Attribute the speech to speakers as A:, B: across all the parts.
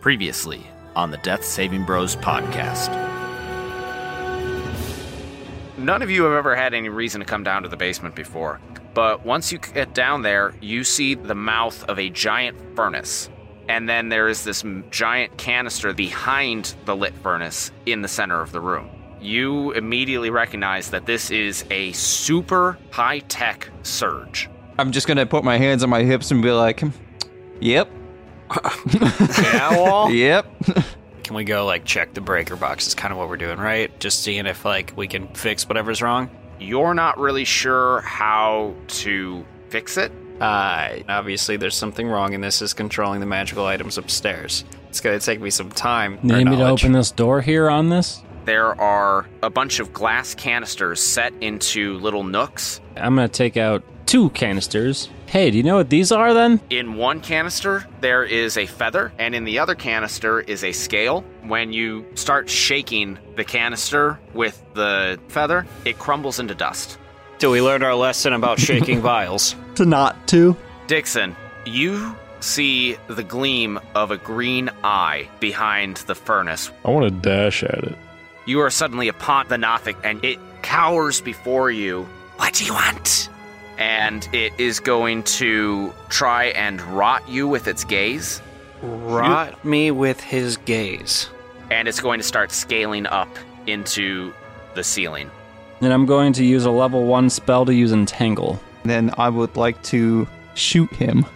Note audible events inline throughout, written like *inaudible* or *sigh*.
A: Previously on the Death Saving Bros podcast. None of you have ever had any reason to come down to the basement before, but once you get down there, you see the mouth of a giant furnace. And then there is this m- giant canister behind the lit furnace in the center of the room. You immediately recognize that this is a super high tech surge.
B: I'm just gonna put my hands on my hips and be like,
A: *laughs*
B: "Yep, *laughs* yep."
C: Can we go like check the breaker box? Is kind of what we're doing, right? Just seeing if like we can fix whatever's wrong.
A: You're not really sure how to fix it.
C: Uh, obviously, there's something wrong, and this is controlling the magical items upstairs. It's gonna take me some time. or
D: Need me to
C: knowledge.
D: open this door here on this?
A: There are a bunch of glass canisters set into little nooks.
D: I'm gonna take out two canisters. Hey, do you know what these are then?
A: In one canister, there is a feather, and in the other canister is a scale. When you start shaking the canister with the feather, it crumbles into dust.
C: Till we learned our lesson
D: *laughs*
C: about shaking vials.
E: to not to.
A: Dixon, you see the gleam of a green eye behind the furnace.
F: I want to dash at it.
A: You are suddenly upon the Nothic, and it cowers before you. What do you want? And it is going to try and rot you with its gaze,
C: Rot me with his gaze.
A: and it's going to start scaling up into the ceiling.
D: Then I'm going to use a level one spell to use entangle.
B: Then I would like to shoot him.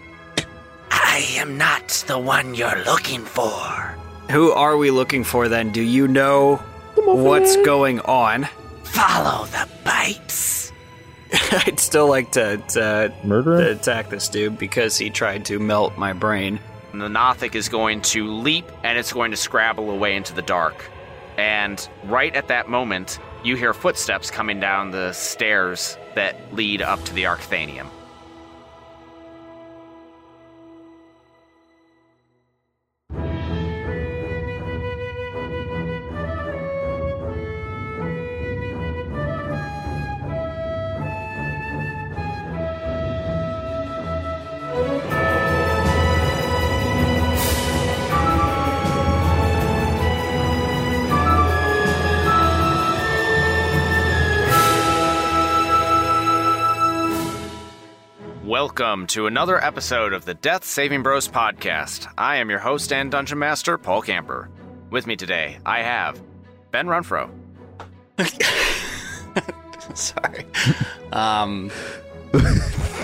A: I am not the one you're looking for.
C: Who are we looking for then? Do you know what's going on?
A: Follow the pipes.
C: *laughs* I'd still like to, to,
F: Murder
C: to
F: him?
C: attack this dude because he tried to melt my brain.
A: The Nothic is going to leap and it's going to scrabble away into the dark. And right at that moment, you hear footsteps coming down the stairs that lead up to the Arcthanium. Welcome to another episode of the Death Saving Bros podcast. I am your host and dungeon master, Paul Camper. With me today, I have Ben Runfro,
C: Sorry. Um,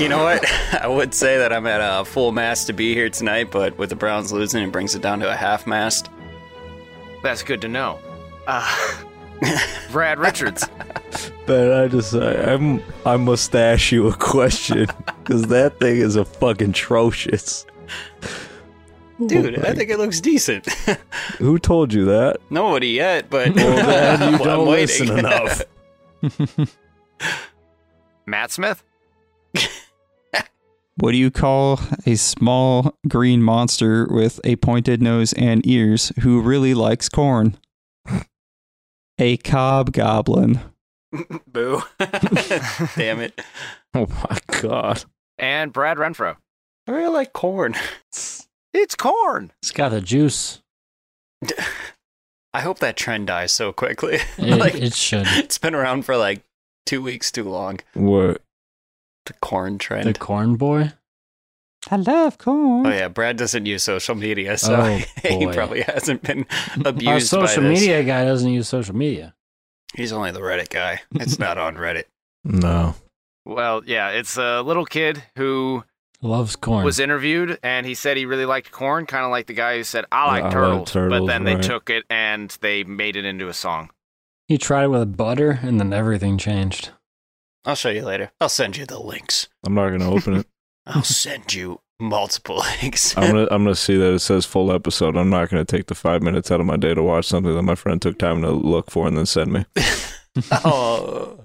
C: you know what? *laughs* I would say that I'm at a full mast to be here tonight, but with the Browns losing, it brings it down to a half mast.
A: That's good to know. Uh, *laughs* Brad *laughs* Richards.
F: Ben, I just I, I'm I must ask you a question because that thing is a fucking atrocious. Oh
C: Dude, I think it looks decent. *laughs*
F: Who told you that?
C: Nobody yet, but *laughs*
F: Ben,
C: I'm
F: you don't
C: waiting.
F: listen enough.
A: Matt Smith.
B: What do you call a small green monster with a pointed nose and ears who really
A: *laughs*
B: likes corn? a hobgoblin.
D: *laughs*
C: Boo. Damn it.
F: Oh my god!
A: And Brad Renfro.
C: I really like corn.
A: It's corn.
D: It's got the juice.
C: I hope that trend dies so quickly. *laughs*
D: It,
C: Like-
D: it should.
C: it's been around for like two weeks too long.
F: What?
C: The corn trend.
D: The corn boy.
B: I love corn.
C: Oh yeah, Brad doesn't use social media, so
D: Oh,
C: *laughs* he
D: boy.
C: probably hasn't been
D: Our
C: abused.
D: social
C: by this.
D: media guy doesn't use social media.
C: He's only the Reddit guy. It's not on Reddit.
F: *laughs* No.
A: Well, yeah, it's a little kid who
D: Loves corn.
A: was interviewed and he said he really liked corn, kind of like the guy who said, I like
F: I love
A: turtles. But
F: turtles,
A: then they
F: right.
A: took it and they made it into a song.
D: he tried it with butter, and then everything changed.
C: I'll show you later. I'll send you the links.
F: I'm not gonna open it. *laughs*
C: I'll send you multiple *laughs* links.
F: I'm gonna I'm gonna see that it says full episode. I'm not gonna take the five minutes out of my day to watch something that my friend took time to look for and then send me.
C: oh,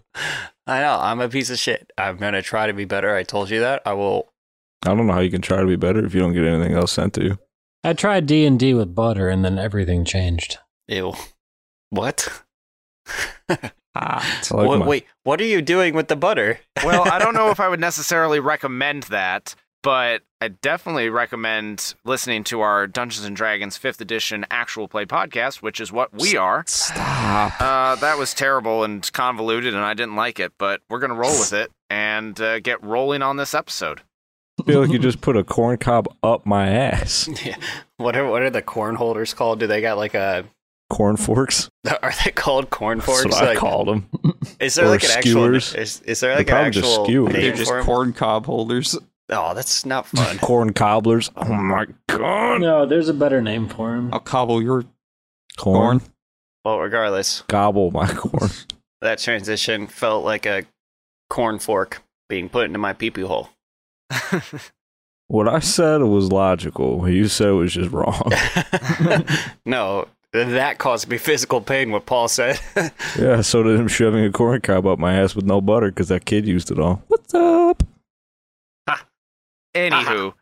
C: I know. I'm a piece of shit. I'm gonna try to be better. I told you that. I will.
F: I don't know how you can try to be better if you don't get anything else sent to you.
D: I tried D and D with butter, and then everything changed.
C: Ew. What?
A: Ah,
B: *laughs*
F: I like
C: What-
F: my-
C: Wait. What are you doing with the butter? *laughs*
A: *laughs* Well, I don't know if I would necessarily recommend that, but I definitely recommend listening to our Dungeons and Dragons 5th edition actual play podcast, which is what we are.
B: Stop.
A: Uh, that was terrible and convoluted, and I didn't like it, but we're going to roll with it and uh, get rolling on this episode.
F: I feel like you just put a corn cob up my ass.
C: What are what are the corn holders called? Do they got like a? *laughs*
F: Corn forks.
C: Are they called corn forks?
F: That's what I
C: Like,
F: called them.
C: Is there
F: Or
C: like an
F: skewers.
C: actual? Is, is there
F: They're
C: like an
F: probably just
C: actual
F: skewers.
B: They're
C: name
B: just
C: for 'em?
B: corn cob holders.
C: Oh, that's not fun.
F: *laughs* Corn cobblers. Oh my god.
D: No, there's a better name for him.
B: I'll cobble your
F: Corn,
B: corn.
C: well, regardless,
F: gobble my corn.
C: that transition felt like a corn fork being put into my pee pee hole.
F: What I said was logical. What you said was just *laughs* wrong.
C: *laughs* no, that caused me physical pain. What Paul said. *laughs*
F: yeah, so did him shoving a corn cob up my ass with no butter because that kid used it all. What's up?
A: Anywho,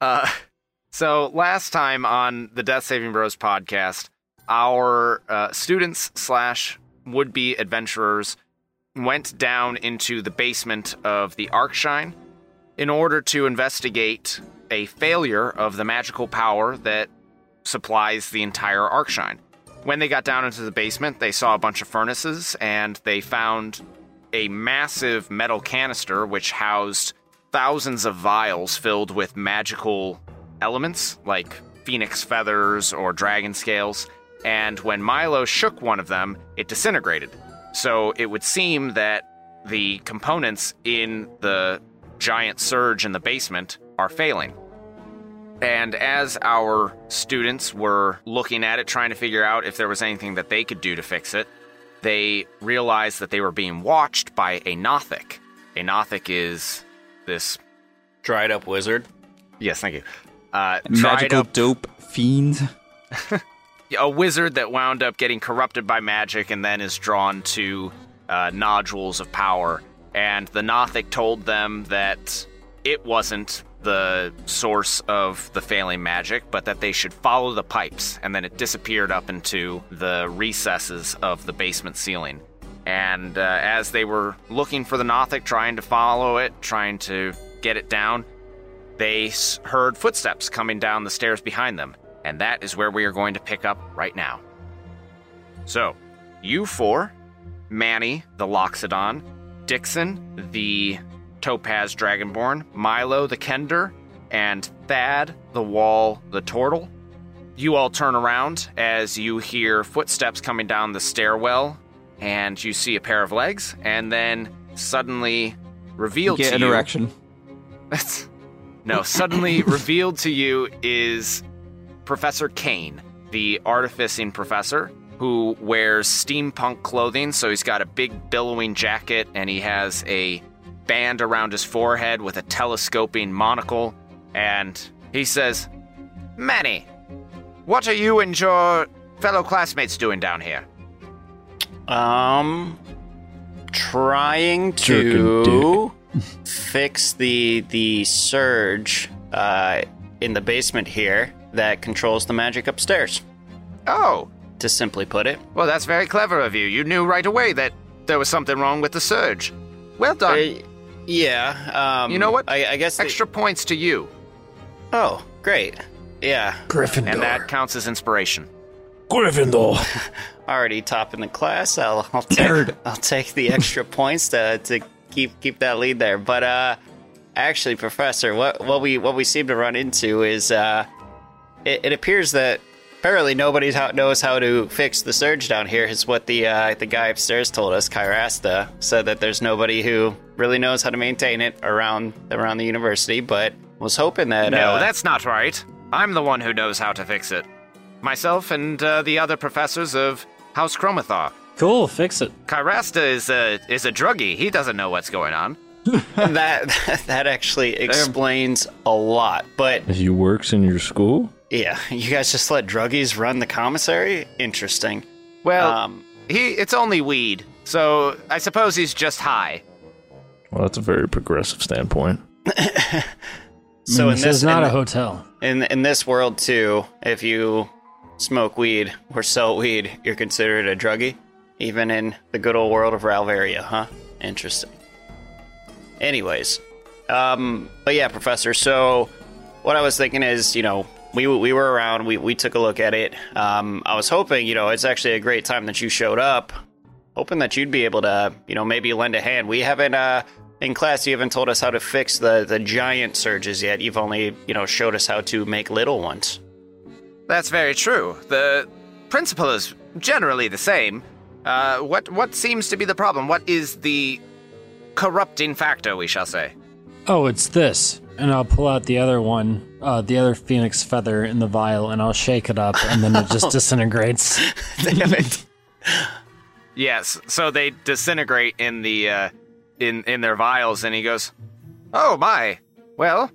A: uh, *laughs* so last time on the Death Saving Bros podcast, our uh, students slash would be adventurers went down into the basement of the Arkshine in order to investigate a failure of the magical power that supplies the entire Arkshine. When they got down into the basement, they saw a bunch of furnaces and they found a massive metal canister which housed thousands of vials filled with magical elements like phoenix feathers or dragon scales. And when Milo shook one of them, it disintegrated. So it would seem that the components in the giant surge in the basement are failing. And as our students were looking at it, trying to figure out if there was anything that they could do to fix it, they realized that they were being watched by a Nothic. A Nothic is this.
C: Dried up wizard.
A: Yes, thank you. Uh, dried
B: Magical
A: up,
B: dope fiend.
A: a wizard that wound up getting corrupted by magic and then is drawn to uh, nodules of power. And the Nothic told them that it wasn't the source of the failing magic, but that they should follow the pipes. And then it disappeared up into the recesses of the basement ceiling. And uh, as they were looking for the Nothic, trying to follow it, trying to get it down, they s- heard footsteps coming down the stairs behind them, and that is where we are going to pick up right now. So, you four, Manny, the Loxodon, Dixon, the Topaz Dragonborn, Milo, the Kender, and Thad, the Wall, the Tortle, you all turn around as you hear footsteps coming down the stairwell, and you see a pair of legs, and then suddenly revealed
B: Get
A: to
B: an
A: you.
B: erection.
A: That's- no, suddenly revealed to you is Professor Kane, the artificing professor who wears steampunk clothing. So he's got a big billowing jacket and he has a band around his forehead with a telescoping monocle. And he says, Manny, what are you and your fellow classmates doing down here?
C: Um, trying to
F: Jerking
C: *laughs* fix the the surge uh, in the basement here that controls the magic upstairs.
A: Oh,
C: To simply put it,
A: well, that's very clever of you. You knew right away that there was something wrong with the surge. Well done.
C: Uh, yeah. Um,
A: You know what?
C: I, I guess the-
A: Extra points to you.
C: oh, great. Yeah,
A: And that counts as inspiration.
F: Gryffindor.
C: already top in the class. I'll, I'll take I'll take the extra *laughs* points to, to keep keep that lead there. But uh, actually, Professor, what what we what we seem to run into is uh, it, it appears that apparently nobody ho- knows how to fix the surge down here. Is what the uh, the guy upstairs told us. Kyrasta said that there's nobody who really knows how to maintain it around around the university, but. Was hoping that
A: No,
C: uh,
A: that's not right. I'm the one who knows how to fix it. Myself and uh, the other professors of House Chromathar.
D: Cool, fix it.
A: Kyrasta is a is a druggie. He doesn't know what's going on.
C: uh, *laughs* that that actually explains a lot. But
F: He works in your school?
C: Yeah, you guys just let druggies run the commissary? Interesting.
A: Well,
C: Um,
A: he it's only weed, so I suppose he's just high.
F: Well, that's a very progressive standpoint.
C: so in
D: this,
C: this
D: is Mm, not
C: in,
D: a hotel.
C: in in this world too, if you smoke weed or sell weed, you're considered a druggie, even in the good old world of Ralvaria, huh? Interesting. Anyways, Um, but yeah, Professor. So what I was thinking is, you know, we we were around. We we took a look at it. Um, I was hoping, you know, it's actually a great time that you showed up. Hoping that you'd be able to, you know, maybe lend a hand. We haven't uh in class. You haven't told us how to fix the the giant surges yet. You've only, you know, showed us how to make little ones. *laughs*
A: That's very true. The principle is generally the same. Uh, what what seems to be the problem? What is the corrupting factor, we shall say?
D: Oh, it's this. And I'll pull out the other one, uh, the other phoenix feather in the vial, and I'll shake it up, and then it just disintegrates.
C: Damn it.
A: Yes. So they disintegrate in the uh, in in their vials, and he goes, "Oh my! Well,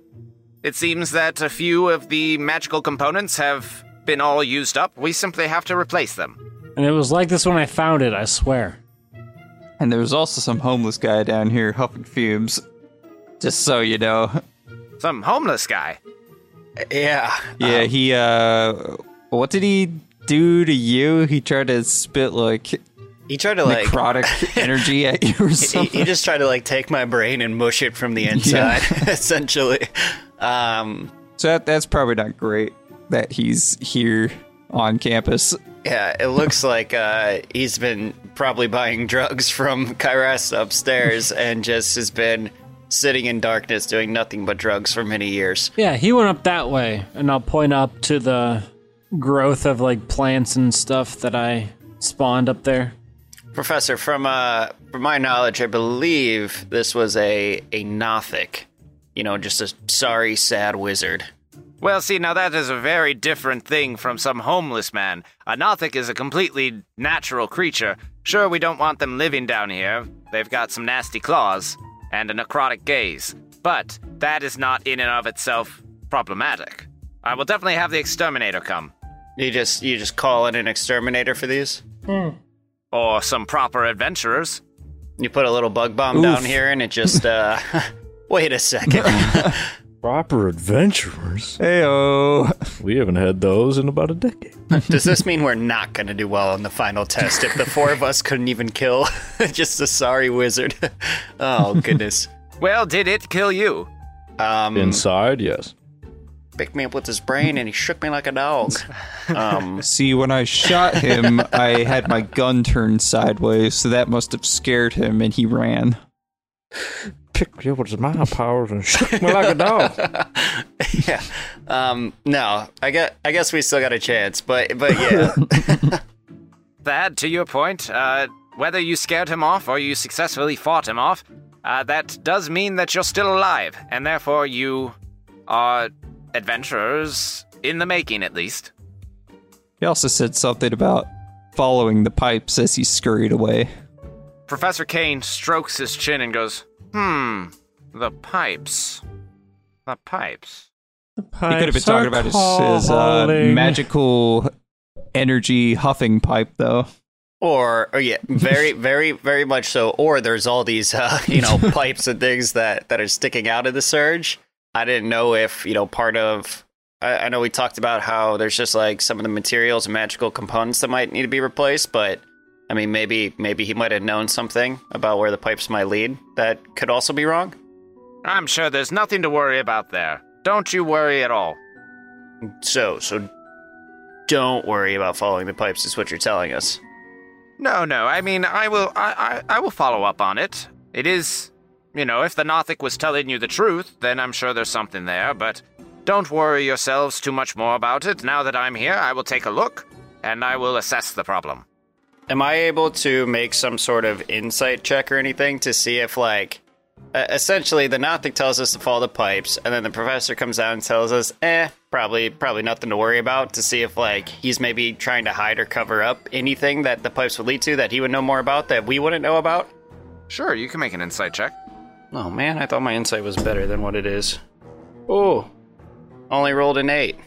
A: it seems that a few of the magical components have been all used up. We simply have to replace them."
D: And it was like this when I found it, I swear.
B: And there was also some homeless guy down here huffing fumes. Just so you know.
A: Some homeless guy.
C: Yeah.
B: Yeah, he uh what did he do to you? He tried to spit like
C: He tried to
B: *laughs*
C: like
B: necrotic energy at you or
C: he,
B: something.
C: he just tried to like take my brain and mush it from the inside, *laughs* essentially. Um,
B: So that, that's probably not great that he's here on campus.
C: yeah, it looks like uh, he's been probably buying drugs from Kairas upstairs and just has been sitting in darkness doing nothing but drugs for many years.
D: Yeah, he went up that way, and I'll point up to the growth of like plants and stuff that I spawned up there.
C: Professor, from uh, from my knowledge, I believe this was a a Nothic, you know, just a sorry, sad wizard.
A: Well, see, now that is a very different thing from some homeless man. A Nothic is a completely natural creature. Sure, we don't want them living down here. They've got some nasty claws and a necrotic gaze. But that is not in and of itself problematic. I will definitely have the exterminator come.
C: You just you just call in an exterminator for these.
A: Or some proper adventurers.
C: You put a little bug bomb down here and it just uh *laughs* wait a second.
F: Proper adventurers.
B: Heyo.
F: We haven't had those in about a decade.
C: Does this mean we're not gonna do well on the final test if the four of us couldn't even kill *laughs* just a sorry wizard? *laughs* oh goodness.
A: Well, did it kill you?
F: Mm.
C: Um
F: Inside, yes.
C: picked me up with his brain and he shook me like a dog. Um
B: See, when I shot *laughs* him, I had my gun turned sideways, so that must have scared him and he ran.
F: Picked me up with my powers and shook me like a dog.
C: yeah. Um no, I guess I guess we still got a chance, but but yeah.
A: Thad, to your point, uh, whether you scared him off or you successfully fought him off, uh, that does mean that you're still alive, and therefore you are adventurers in the making, at least.
B: He also said something about following the pipes as he scurried away.
A: Professor Kane strokes his chin and goes, Hmm, the pipes. The pipes.
B: He could have been talking about his, his uh, magical energy huffing pipe, though.
C: Or, or yeah, very, very, very much so. Or there's all these, uh, *laughs* you know, pipes and things that that are sticking out of the surge. I didn't know if you know part of. I, I know we talked about how there's just like some of the materials and magical components that might need to be replaced, but I mean, maybe maybe he might have known something about where the pipes might lead that could also be wrong.
A: I'm sure there's nothing to worry about there. Don't you worry at all.
C: So, so don't worry about following the pipes. Is what you're telling us.
A: No, no. I mean, I will. I, I, I will follow up on it. It is, you know, if the Nothic was telling you the truth, then I'm sure there's something there. But don't worry yourselves too much more about it. Now that I'm here, I will take a look and I will assess the problem.
C: Am I able to make some sort of insight check or anything to see if, like, uh, essentially the Nothic tells us to follow the pipes, and then the professor comes out and tells us, eh, probably, probably nothing to worry about, to see if, like, he's maybe trying to hide or cover up anything that the pipes would lead to that he would know more about that we wouldn't know about?
A: Sure, you can make an insight check.
C: Oh man, I thought my insight was better than what it is. Oh, only rolled an eight.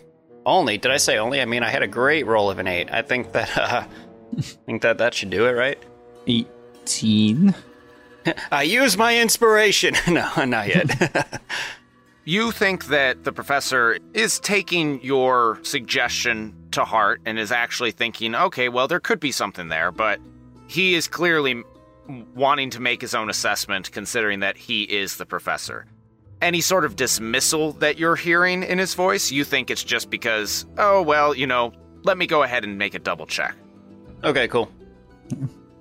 C: Only? Did I say only? I mean, I had a great roll of an eight. I think that, uh, *laughs* I think that that should do it, right?
B: 18.
C: I use my inspiration. *laughs* no, not yet. *laughs*
A: You think that the professor is taking your suggestion to heart and is actually thinking, okay, well, there could be something there, but he is clearly wanting to make his own assessment considering that he is the professor. any sort of dismissal that you're hearing in his voice, you think it's just because, oh, well, you know, let me go ahead and make a double check.
C: Okay, cool.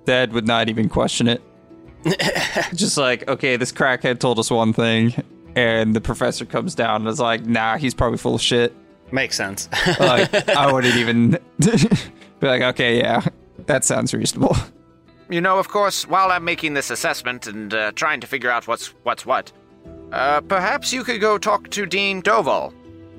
B: Dad would not even question *laughs* it. Just like, okay, this crackhead told us one thing, and the professor comes down and is like, nah, he's probably full of shit.
C: Makes sense. *laughs*
B: Like, *laughs* I wouldn't even be like, okay, yeah, that sounds reasonable.
A: You know, of course, while I'm making this assessment and uh, trying to figure out what's what's what, uh, perhaps you could go talk to Dean Doval.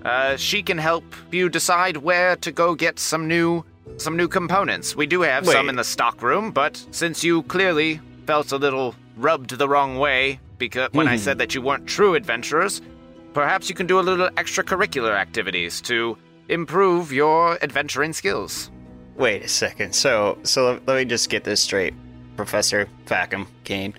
A: Uh, she can help you decide where to go get some new some new components. We do have some
C: Wait.
A: in the stock room, but since you clearly felt a little rubbed the wrong way because when I said that you weren't true adventurers, perhaps you can do a little extracurricular activities to improve your adventuring skills.
C: Wait a second. So, so let, let me just get this straight, Professor Fackham Kane.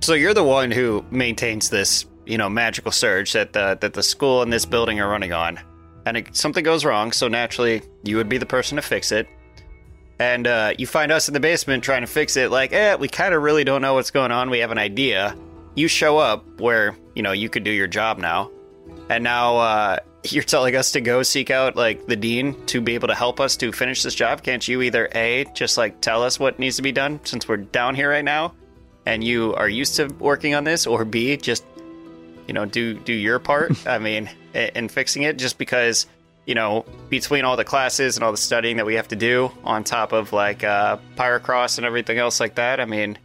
C: So you're the one who maintains this, you know, magical surge that the that the school and this building are running on, and it, something goes wrong. So naturally, you would be the person to fix it. And uh, you find us in the basement trying to fix it. Like, eh, we kind of really don't know what's going on. We have an idea. You show up where you know you could do your job now, and now uh, *laughs* you're telling us to go seek out like the dean to be able to help us to finish this job. Can't you either a just like tell us what needs to be done since we're down here right now, and you are used to working on this, or b just you know do do your part? I mean, i- in fixing it, just because you know between all the classes and all the studying that we have to do on top of like uh, pyrocross and everything else like that. I mean,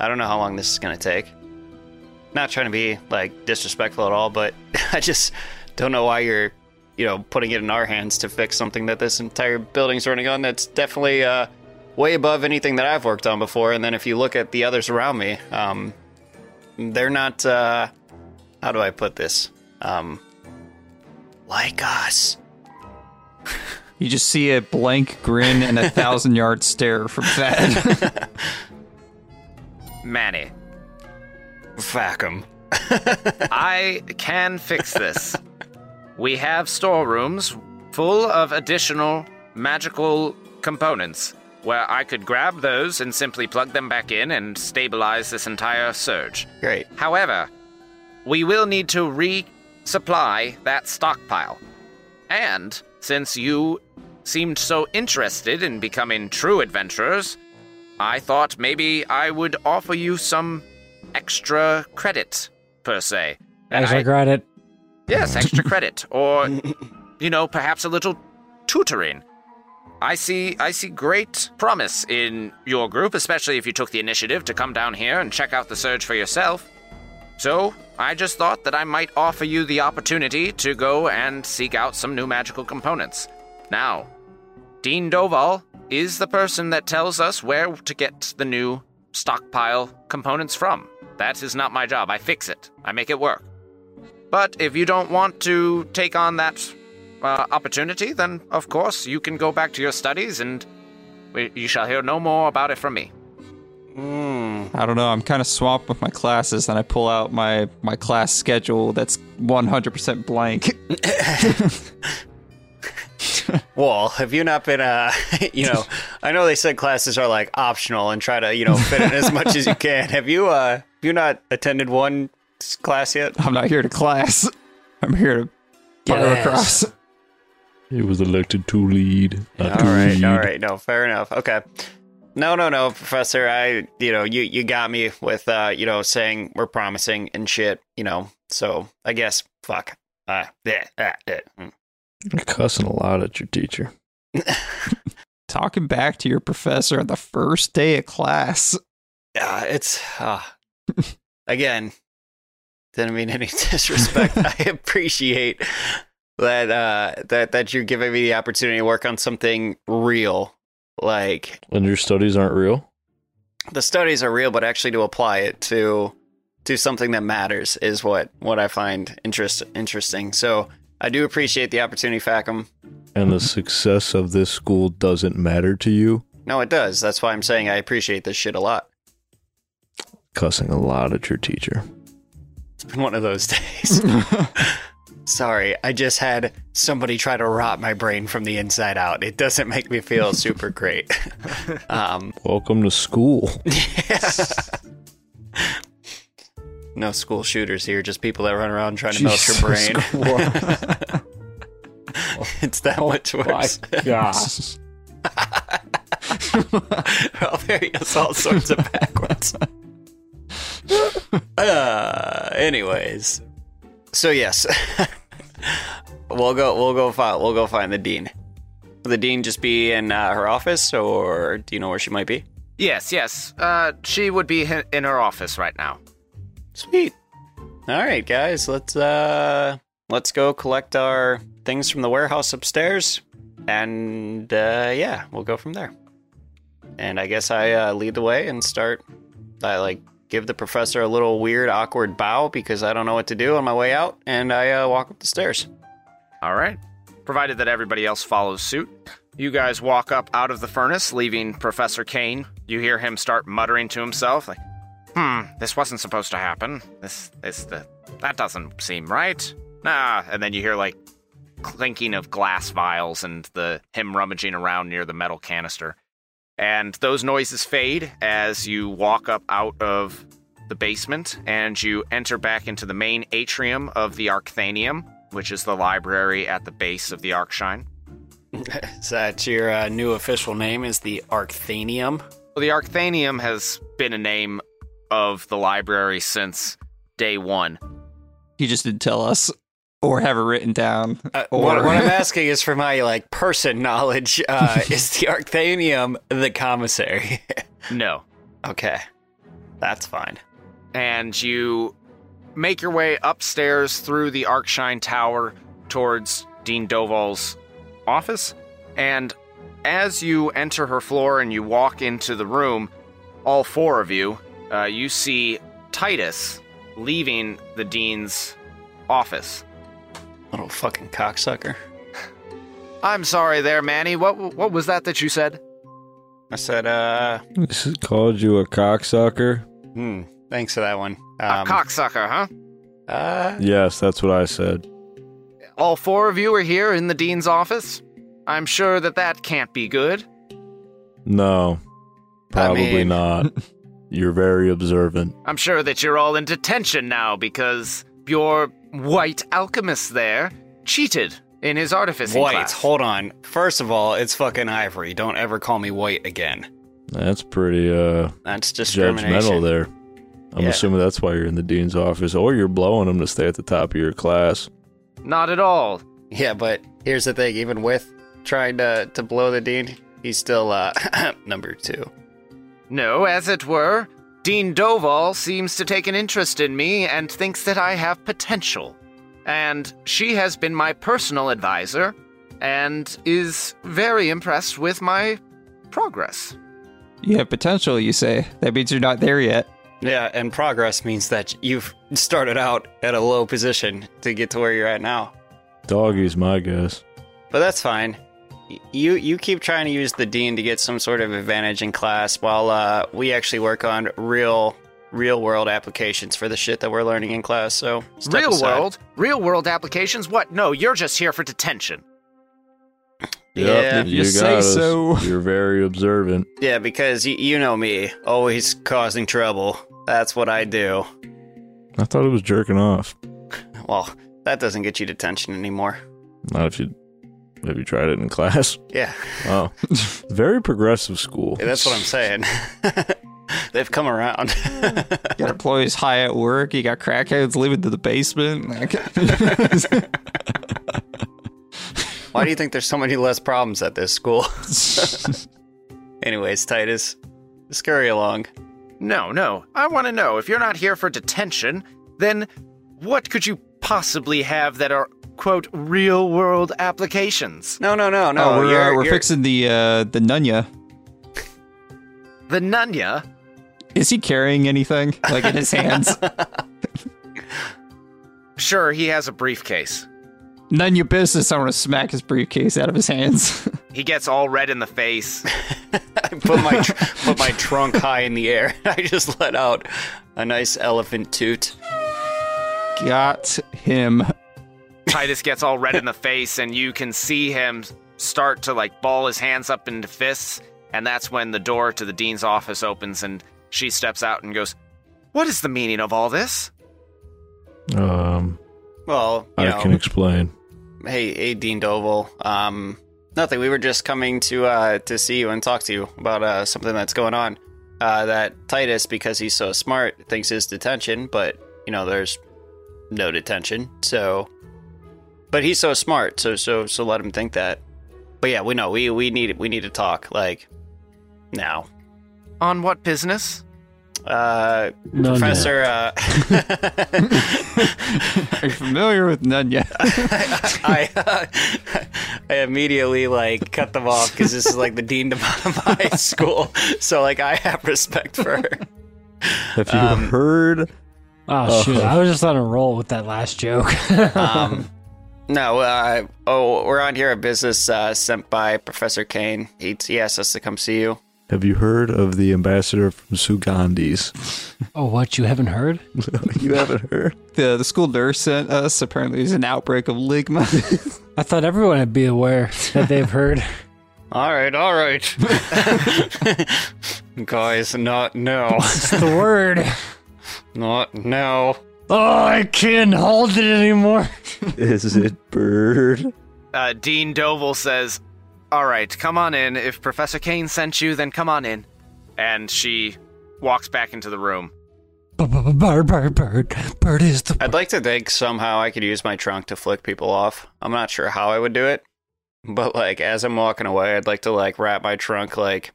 C: I don't know how long this is gonna take not trying to be like disrespectful at all, but *laughs* I just don't know why you're, you know, putting it in our hands to fix something that this entire building's running on. That's definitely uh, way above anything that I've worked on before. And then if you look at the others around me, um, they're not. Uh, how do I put this? Um, like us.
B: You just see a blank grin and a thousand yard stare from *laughs* Thad.
A: Manny,
C: Fuck 'em.
A: I can fix this. we have storerooms full of additional magical components where I could grab those and simply plug them back in and stabilize this entire surge.
C: Great.
A: However, we will need to resupply that stockpile. And since you seemed so interested in becoming true adventurers, I thought maybe I would offer you some extra credit, per se. And
D: As I
A: I-
D: regret it.
A: Yes, extra credit, or you know, perhaps a little tutoring. I see. I see great promise in your group, especially if you took the initiative to come down here and check out the surge for yourself. So I just thought that I might offer you the opportunity to go and seek out some new magical components. Now, Dean Doval is the person that tells us where to get the new stockpile components from. That is not my job. I fix it. I make it work. But if you don't want to take on that uh, opportunity, then of course you can go back to your studies and we, you shall hear no more about it from me.
B: I don't know. I'm kind of swamped with my classes, and I pull out my my class schedule that's 100%
C: *laughs*
B: blank.
C: Well, have you not been, uh, *laughs* you know, I know they said classes are like optional and try to, you know, fit in as much as you can. Have you, uh, have you not attended one s- class yet?
B: I'm not here to class. I'm here to fire
D: Yes.
B: across.
F: *laughs* He was elected to lead. Not
C: All
F: to
C: right,
F: lead.
C: all right, no, fair enough. Okay, no, no, no, Professor, I, you know, you you got me with, uh, you know, saying we're promising and shit, you know. So I guess fuck, uh, yeah, yeah, yeah. mm.
F: You're cussing a lot at your teacher.
B: Talking back to your professor on the first day of class.
C: Yeah, it's uh, again. Didn't mean any *laughs* disrespect. I appreciate that uh, that that you're giving me the opportunity to work on something real. Like
F: And your studies aren't real?
C: the studies are real, but actually to apply it to to something that matters is what what I find interest interesting. So I do appreciate the opportunity, Facum.
F: And the success of this school doesn't matter to you?
C: No, it does. That's why I'm saying I appreciate this shit a lot.
F: Cussing a lot at your teacher.
C: It's been one of those *laughs* days. Sorry, I just had somebody try to rot my brain from the inside out. It doesn't make me feel super great. *laughs* um,
F: Welcome to school.
C: no school shooters here, just people that run around trying to melt your brain. *laughs* it's that much worse.
D: God.
C: *laughs* Well, there he goes, all sorts of backwards. uh, anyways, so yes, *laughs* we'll go. We'll go find. We'll go find the dean. Will the dean just be in uh, her office, or do you know where she might be?
A: Yes, yes. Uh, she would be hi- in her office right now.
C: Sweet. All right, guys, let's uh let's go collect our things from the warehouse upstairs, and uh, yeah, we'll go from there. And I guess I uh, lead the way and start. I like give the professor a little weird, awkward bow because I don't know what to do on my way out, and I uh, walk up the stairs. *laughs*
A: All right. Provided that everybody else follows suit. You guys walk up out of the furnace, leaving Professor Kane. You hear him start muttering to himself, like, hmm, this wasn't supposed to happen. This, this, the, that doesn't seem right. Nah. And then you hear, like, clinking of glass vials and the him rummaging around near the metal canister. And those noises fade as you walk up out of the basement and you enter back into the main atrium of the Arcthanium, which is the library at the base of the Arkshine.
C: Is that your uh, new official name? Is the Arcthanium?
A: Well, the Arcthanium has been a name of the library since day one.
B: He just didn't tell us or have it written down.
C: Uh,
B: or
C: what, what I'm asking is for my like person knowledge. Uh, is the Arcthanium the commissary? *laughs*
A: No.
C: okay, that's fine.
A: and you make your way upstairs through the Arkshine Tower towards Dean Doval's office. And as you enter her floor and you walk into the room, all four of you, uh, you see Titus leaving the Dean's office.
C: Little fucking cocksucker.
A: I'm sorry, there, Manny. What what was that that you said?
C: I said, uh,
F: *laughs* This is called you a cocksucker.
C: hmm, thanks for that one. Um,
A: a cocksucker, huh?
C: uh,
F: Yes, that's what I said.
A: All four of you are here in the Dean's office. I'm sure that that can't be good.
F: No, probably
C: mean-
F: *laughs* not. You're very observant.
A: I'm sure that you're all in detention now because your white alchemist there cheated in his artificing
C: white.
A: class.
C: Hold on. First of all, it's fucking ivory. Don't ever call me white again.
F: That's pretty uh
C: That's
F: judgmental
C: discrimination.
F: there. I'm
C: Yeah.
F: assuming that's why you're in the dean's office, or you're blowing them to stay at the top of your class.
A: Not at all.
C: Yeah, but here's the thing. Even with trying to to blow the dean, he's still uh *laughs* number two.
A: No, as it were, Dean Doval seems to take an interest in me and thinks that I have potential. And she has been my personal advisor and is very impressed with my progress.
B: *laughs* you have potential, you say. That means you're not there yet.
C: Yeah, and progress means that you've started out at a low position to get to where you're at now.
F: Doggy's my guess.
C: But that's fine. Y- You you keep trying to use the dean to get some sort of advantage in class, while uh, we actually work on real real world applications for the shit that we're learning in class. So step
A: real
C: aside.
A: world? Real world applications? What? No, you're just here for detention.
C: Yeah.
F: you
B: You
F: got
B: say
F: us.
B: so.
F: You're very observant.
C: yeah, because y- you know me, always causing trouble. That's what I do.
F: I thought it was jerking off.
C: Well, that doesn't get you detention anymore.
F: Not if you have you tried it in *laughs* class.
C: Yeah,
F: Oh, very progressive school.
C: that's what I'm saying. *laughs* They've come around. *laughs*
B: Got employees high at work. You got crackheads living to the basement. Like,
C: *laughs* Why do you think there's so many less problems at this school? *laughs* Anyways, Titus, scurry along.
A: No, no. I want to know if you're not here for detention, then what could you possibly have that are, quote, real world applications?
C: No, no, no, no.
B: oh, we're,
C: you're-
B: uh, we're
C: you're-
B: fixing the uh, the Nunya.
A: The Nunya?
B: Is he carrying anything like in
C: *laughs*
B: his hands?
A: Sure, he has a briefcase.
B: None your business. I want to smack his briefcase out of his hands.
A: He gets all red in the face.
C: *laughs* put my tr- put my trunk high in the air. *laughs* I just let out a nice elephant toot.
B: *laughs* got him.
A: Titus gets all red in the face, and you can see him start to, like, ball his hands up into fists. And that's when the door to the dean's office opens, and she steps out and goes, What is the meaning of all this?
F: Um,
C: Well, you
F: I
C: know,
F: can explain.
C: hey, hey, Dean Doval. Um, nothing. We were just coming to uh, to see you and talk to you about uh, something that's going on. Uh, that Titus, because he's so smart, thinks is detention, but you know, there's no detention. So, but he's so smart, so so so let him think that. But yeah, we know we we need we need to talk like now.
A: On what business?
C: Uh,
D: No, no.
C: Professor, uh, *laughs*
B: Are you familiar with none yet?
C: I, uh, *laughs* I immediately like cut them off because this is like the dean of my *laughs* school, so like I have respect for her.
F: Have you heard?
D: Oh, shoot. I was just on a roll with that last joke. *laughs*
C: Um, no, uh, oh, we're on here a business uh, sent by Professor Kane. He, he asked us to come see you.
F: Have you heard of the ambassador from Sugandis?
D: oh, what? You haven't heard?
F: *laughs* you haven't heard?
B: The, the school nurse sent us. Apparently, there's an outbreak of ligma.
D: I thought everyone would be aware that they've heard. *laughs*
C: All right, all right, *laughs* guys. Not no,
D: It's the word.
C: not no.
D: Oh, I can't hold it anymore.
F: Is it bird?
A: Uh, Dean Doval says, All right, come on in. If Professor Kane sent you, then come on in. And she walks back into the room.
D: Bird, bird, bird. Bird is the.
C: I'd like to think somehow I could use my trunk to flick people off. I'm not sure how I would do it, but like as I'm walking away, I'd like to like wrap my trunk like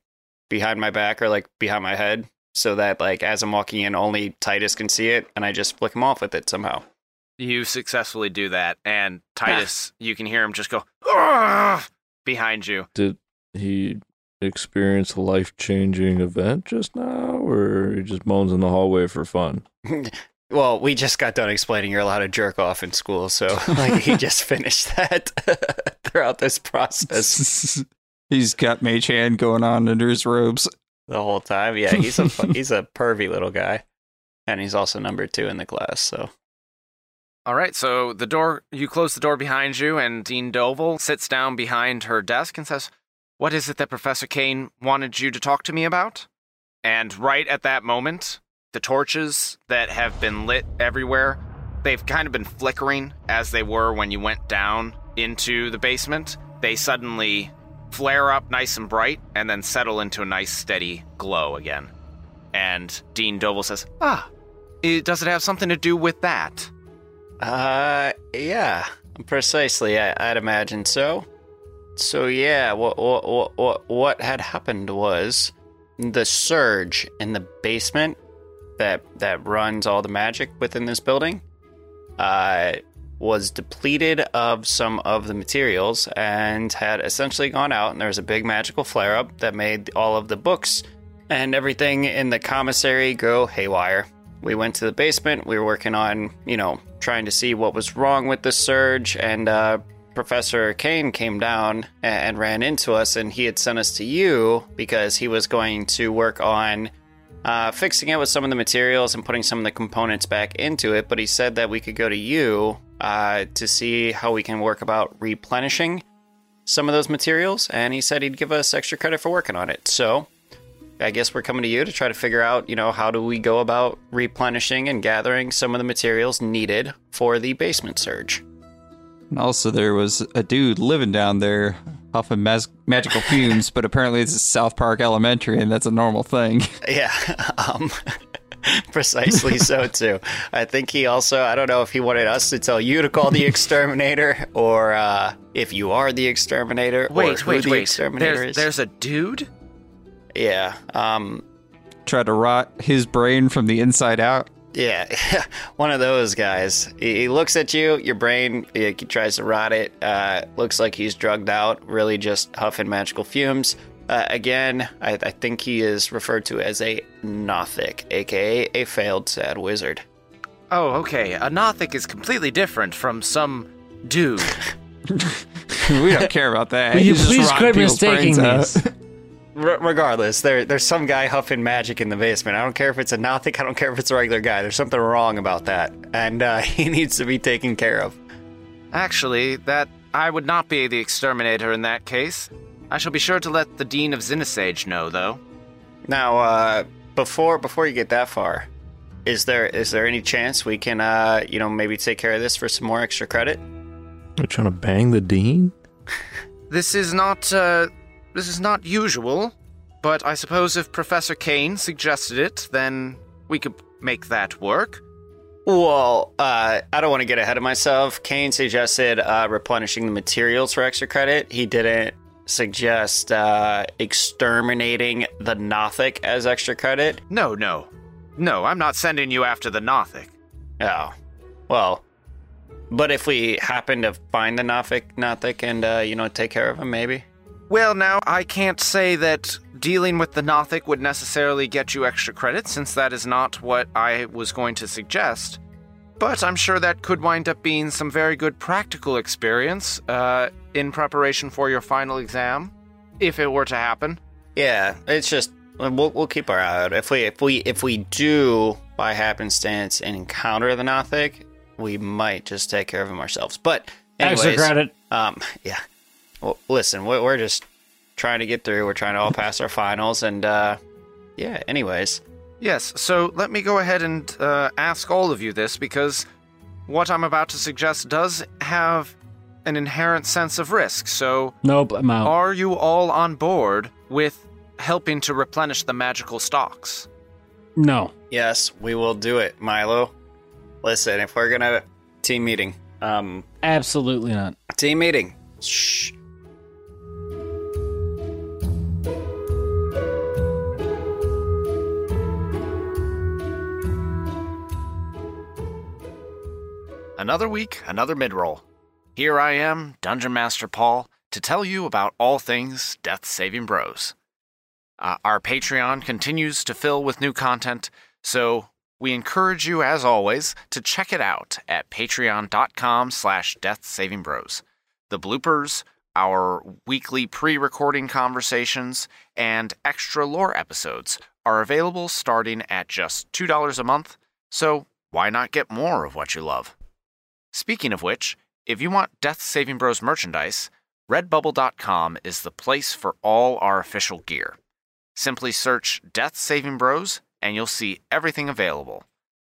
C: behind my back or like behind my head so that like as I'm walking in, only Titus can see it, and I just flick him off with it somehow.
A: You successfully do that, and Titus, you can hear him just go "Argh!" behind you.
F: Did he experience a life changing event just now, or he just moans in the hallway for fun?
C: Well, we just got done explaining you're allowed to jerk off in school, *laughs* so like he just finished that *laughs* throughout this process
B: *laughs* He's got Mage Hand going on under his robes.
C: the whole time. Yeah, he's a fu- he's a pervy little guy, and he's also number two in the class. So
A: All right, so the door, you close the door behind you, and Dean Doval sits down behind her desk and says, What is it that Professor Kane wanted you to talk to me about? And right at that moment, the torches that have been lit everywhere, they've kind of been flickering as they were when you went down into the basement. They suddenly flare up nice and bright and then settle into a nice steady glow again. And Dean Doval says, Ah, it, does it have something to do with that?
C: Uh, yeah, precisely. I, I'd imagine so. So yeah, what what what what what had happened was the surge in the basement that that runs all the magic within this building uh, was depleted of some of the materials and had essentially gone out. And there was a big magical flare up that made all of the books and everything in the commissary go haywire. We went to the basement. We were working on, you know, trying to see what was wrong with the surge. And uh, Professor Kane came down a- and ran into us, and he had sent us to you because he was going to work on uh, fixing it with some of the materials and putting some of the components back into it. But he said that we could go to you uh, to see how we can work about replenishing some of those materials. And he said he'd give us extra credit for working on it. So I guess we're coming to you to try to figure out, you know, how do we go about replenishing and gathering some of the materials needed for the basement surge.
B: And also, there was a dude living down there huffing mas- magical fumes, but apparently it's South Park Elementary, and that's a normal thing. *laughs*
C: Yeah, *laughs* um, precisely so too. I think he also, I don't know if he wanted us to tell you to call the exterminator or uh, if you are the exterminator or
A: Wait,
C: who
A: wait,
C: the
A: wait.
C: exterminator
A: there's,
C: is.
A: there's a dude?
C: Yeah, um,
B: Tried to rot his brain from the inside out. *laughs*
C: Yeah, *laughs* one of those guys. He, he looks at you, your brain, he, he tries to rot it. Uh, looks like he's drugged out, really just huffing magical fumes. Uh, again, I, I think he is referred to as a Nothic, aka a failed sad wizard.
A: Oh, okay. A Nothic is completely different from some
C: *laughs*
A: dude.
B: We don't care about that.
D: Will you
B: He's just
D: please
B: rotting
D: quit
B: people's
D: mistaking
B: brains out.
D: these?
C: R- regardless, there, there's some guy huffing magic in the basement. I don't care if it's a Nothic, I don't care if it's a regular guy. There's something wrong about that, and uh, *laughs* he needs to be taken care of.
A: Actually, that I would not be the exterminator in that case. I shall be sure to let the Dean of Xenosage know, though.
C: Now, uh, before before you get that far, Is there is there any chance we can uh you know maybe take care of this for some more extra credit?
F: They're trying to bang the dean?
A: This is not uh, this is not usual, but I suppose if Professor Kane suggested it, then we could make that work.
C: Well, uh, I don't want to get ahead of myself. Kane suggested uh, replenishing the materials for extra credit. He didn't suggest uh, exterminating the Nothic as extra credit.
A: No, no, no. I'm not sending you after the Nothic.
C: Oh, well. But if we happen to find the Nothic, Nothic and, uh, you know, take care of him, maybe?
A: Well, now I can't say that dealing with the Nothic would necessarily get you extra credit, since that is not what I was going to suggest. But I'm sure that could wind up being some very good practical experience uh, in preparation for your final exam, if it were to happen.
C: Yeah, it's just we'll, we'll keep our eye out. If we if we if we do by happenstance encounter the Nothic, we might just take care of him ourselves. But anyways,
D: Extra credit.
C: um, yeah. Well, listen, we're, we're just trying to get through. We're trying to all pass our finals, and uh, yeah. Anyways,
A: Yes, so let me go ahead and uh, ask all of you this because what I'm about to suggest does have an inherent sense of risk. So,
D: Nope, I'm out.
A: are you all on board with helping to replenish the magical stocks?
D: No.
C: yes, we will do it, Milo. Listen, if we're gonna team meeting, um,
D: Absolutely not.
C: team meeting. Shh.
A: Another week, another midroll. Here I am, Dungeon Master Paul, to tell you about all things Death Saving Bros. Uh, our Patreon continues to fill with new content, so we encourage you, as always, to check it out at patreon.com slash Death Saving Bros. The bloopers, our weekly pre-recording conversations, and extra lore episodes are available starting at just $2 a month, so why not get more of what you love? Speaking of which, if you want Death Saving Bros merchandise, redbubble.com is the place for all our official gear. Simply search Death Saving Bros and you'll see everything available.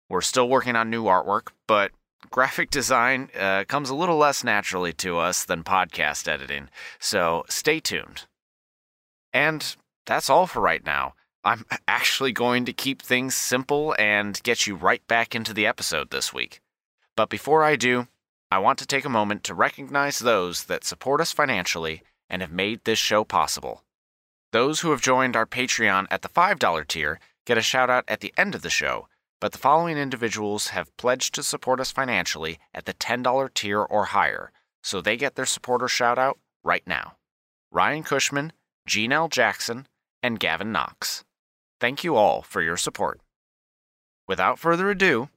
A: We're still working on new artwork, but graphic design uh, comes a little less naturally to us than podcast editing, so stay tuned. And that's all for right now. I'm actually going to keep things simple and get you right back into the episode this week. But before I do, I want to take a moment to recognize those that support us financially and have made this show possible. Those who have joined our Patreon at the $5 tier get a shout out at the end of the show, but the following individuals have pledged to support us financially at the $10 tier or higher, so they get their supporter shout out right now Ryan Cushman, Gene L. Jackson, and Gavin Knox. Thank you all for your support. Without further ado,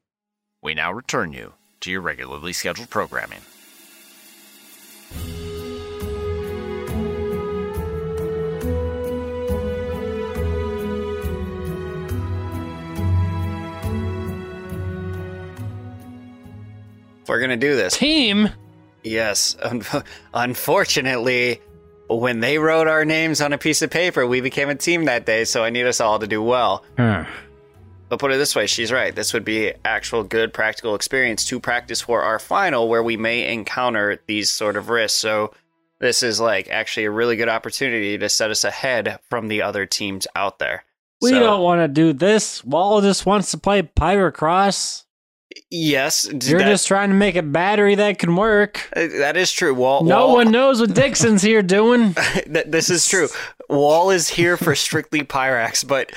A: we now return you to your regularly scheduled programming.
C: If we're gonna do this,
D: Team?
C: Yes. *laughs* Un- unfortunately, when they wrote our names on a piece of paper, we became a team that day, so I need us all to do well. But put it this way, she's right. This would be actual good practical experience to practice for our final where we may encounter these sort of risks. So this is like actually a really good opportunity to set us ahead from the other teams out there.
D: We
C: So-
D: don't want to do this. Wall just wants to play Pyrocross.
C: Yes, d-
D: You're
C: that,
D: just trying to make a battery that can work.
C: uh, that is true. Wall,
D: No
C: Wall-
D: one knows what Dixon's
C: *laughs*
D: here doing.
C: Th- this is
D: *laughs*
C: true. Wall is here for strictly Pyrax, but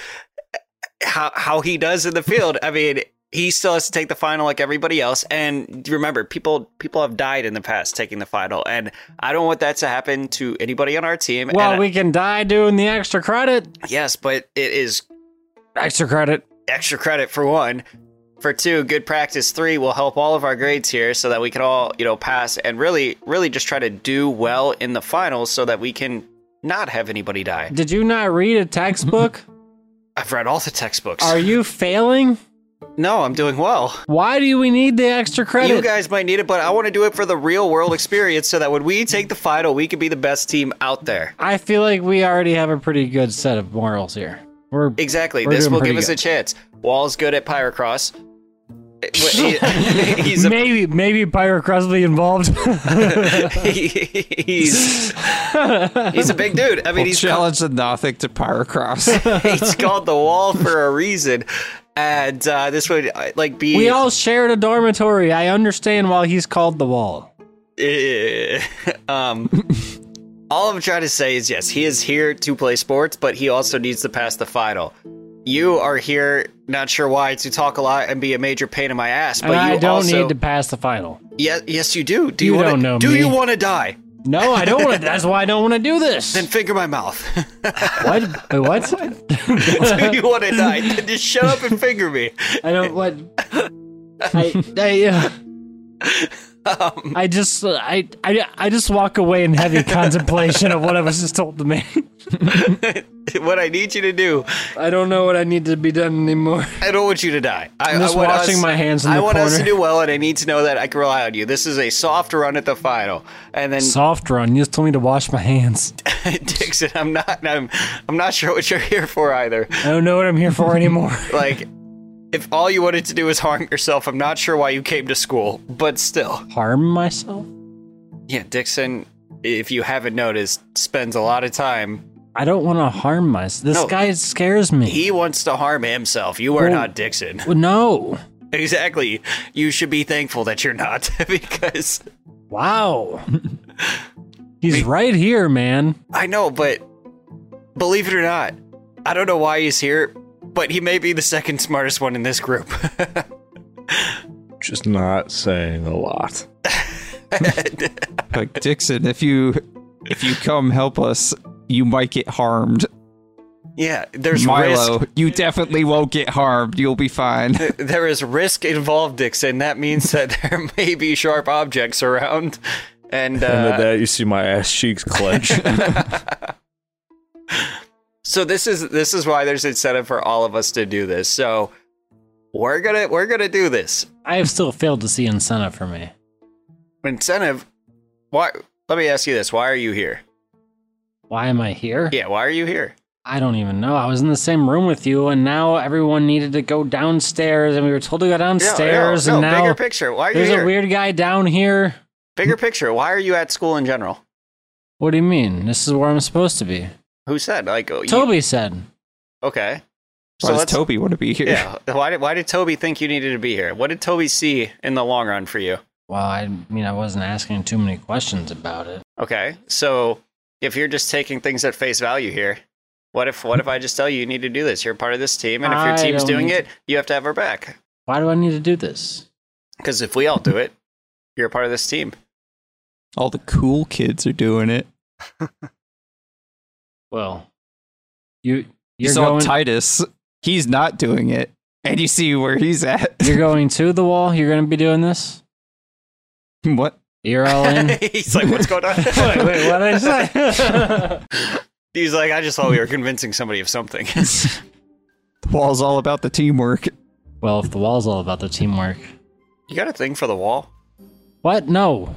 C: how how he does in the field, I mean, he still has to take the final like everybody else. And remember, people people have died in the past taking the final, and I don't want that to happen to anybody on our team.
D: Well,
C: and-
D: we can die doing the extra credit.
C: yes, but it is
D: Extra credit.
C: extra credit for one. For two, good practice. Three will help all of our grades here, so that we can all you know pass and really really just try to do well in the finals, so that we can not have anybody die.
D: Did you not read
C: *laughs*
D: a textbook?
C: I've read all the textbooks.
D: Are you failing?
C: No, I'm doing well.
D: Why do we need the extra
C: You
D: credit?
C: guys might need it, but I want to do it for the real world experience so that when we take the final, we can be the best team out there.
D: I feel like we already have a pretty good set of morals here. We're
C: Exactly.
D: We're
C: this
D: doing
C: will
D: pretty
C: give us a
D: good.
C: chance. Wall's good at Pyrocross.
D: *laughs*
C: he's a *laughs*
D: maybe maybe Pyrocross will be involved. *laughs*
C: he's he's a big dude. I mean,
B: We'll
C: he's
D: *laughs*
B: *laughs*
C: called,
B: challenge the Nothic to *laughs* Pyrocross.
C: he's called the Wall for a reason, and uh, this would uh, like be
D: we all shared a dormitory. I understand why he's called the Wall.
C: Eh, *laughs* um, all I'm trying to say is yes, he is here to play sports, but he also needs to pass the final. You are here, not sure why, to talk a lot and be a major pain in my ass. But
D: And I
C: you
D: don't
C: also,
D: need to pass the final.
C: Yes, yes, you do. Do you,
D: You
C: wanna,
D: don't know
C: Do
D: me.
C: you want to die?
D: No, I don't want to. That's why I don't want to do this.
C: Then finger my mouth.
D: *laughs*
C: *laughs*
D: what? Wait, what?
C: do you
D: *laughs*
C: want to die? Then just shut up and finger me. *laughs*
D: I don't. What? I. I uh,
C: Um,
D: I just I, I I just walk away
C: *laughs*
D: in heavy contemplation of what I was just told to me.
C: what I need you to do,
D: I don't know what I need to be done anymore.
C: I don't want you to die. I,
D: I'm just
C: I want
D: washing
C: us,
D: my hands in
C: I
D: the
C: want us to
D: corner.
C: do well, and I need to know that I can rely on you. This is a soft run at the final, and then
D: Soft run. You just told me to wash my hands.
C: *laughs* Dixon, I'm not, I'm, I'm not sure what you're here for either.
D: I don't know what I'm here for anymore.
C: Like, if all you wanted to do was harm yourself, I'm not sure why you came to school. But still,
D: *laughs* Harm myself?
C: yeah, Dixon, if you haven't noticed, spends a lot of time.
D: I don't want to harm myself. This
C: No.
D: guy scares me.
C: He wants to harm himself. You are
D: Well-
C: not Dixon. *laughs*
D: Well, no.
C: Exactly. You should be thankful that you're not, *laughs* because *laughs*
D: Wow. He's right here, man.
C: I know, but believe it or not, I don't know why he's here, but he may be the second smartest one in this group. *laughs*
F: Just not saying a lot.
B: like Dixon, if you if you come help us, you might get harmed.
C: yeah, there's risk.
B: Milo, you definitely won't get harmed. You'll be fine.
C: There is risk involved, Dixon. That means that *laughs* there may be sharp objects around. And,
F: and with
C: uh,
F: that, you see my ass cheeks *laughs* clench.
C: so this is this is why there's incentive for all of us to do this. So we're gonna we're gonna do this
D: I have still failed to see incentive for me.
C: incentive. Why? Let me ask you this: Why are you here?
D: Why am I here?
C: Yeah, why are you here?
D: I don't even know. I was in the same room with you, and now everyone needed to go downstairs, and we were told to go
C: No, no,
D: downstairs,
C: no,
D: and now
C: bigger picture. Why are you
D: there's
C: here?
D: a weird guy down here.
C: bigger picture. Why are you at school in general?
D: What do you mean? This is where I'm supposed to be.
C: Who said like oh, you-
D: Toby said.
C: Okay.
B: *laughs* Why does Toby want to be here?
C: Yeah. Why did Why did Toby think you needed to be here? What did Toby see in the long run for you?
D: Well, I mean, I wasn't asking too many questions about it.
C: Okay. So if you're just taking things at face value here, what if What if I just tell you you need to do this? You're part of this team, and if your
D: I
C: team's
D: don't
C: doing
D: need
C: it, you have to have our back.
D: Why do I need to do this?
C: Because if we all do it, you're a part of this
D: *laughs*
C: team.
B: All the cool kids are doing it.
D: Well, you
B: You
D: you're
B: saw
D: going
B: Titus. He's not doing it. And you see where he's at.
D: *laughs*
B: *laughs*
D: you're going to the wall. You're going to be doing this. *laughs*
B: what?
D: You're all in. wait,
C: He's like, what's going on?
D: *laughs* wait, what did I say?
C: He's like, I just thought we were convincing somebody of something. *laughs*
B: The wall's all about the teamwork.
D: *laughs* well, if the wall's all about the teamwork,
C: you got a thing for the wall?
D: what? No,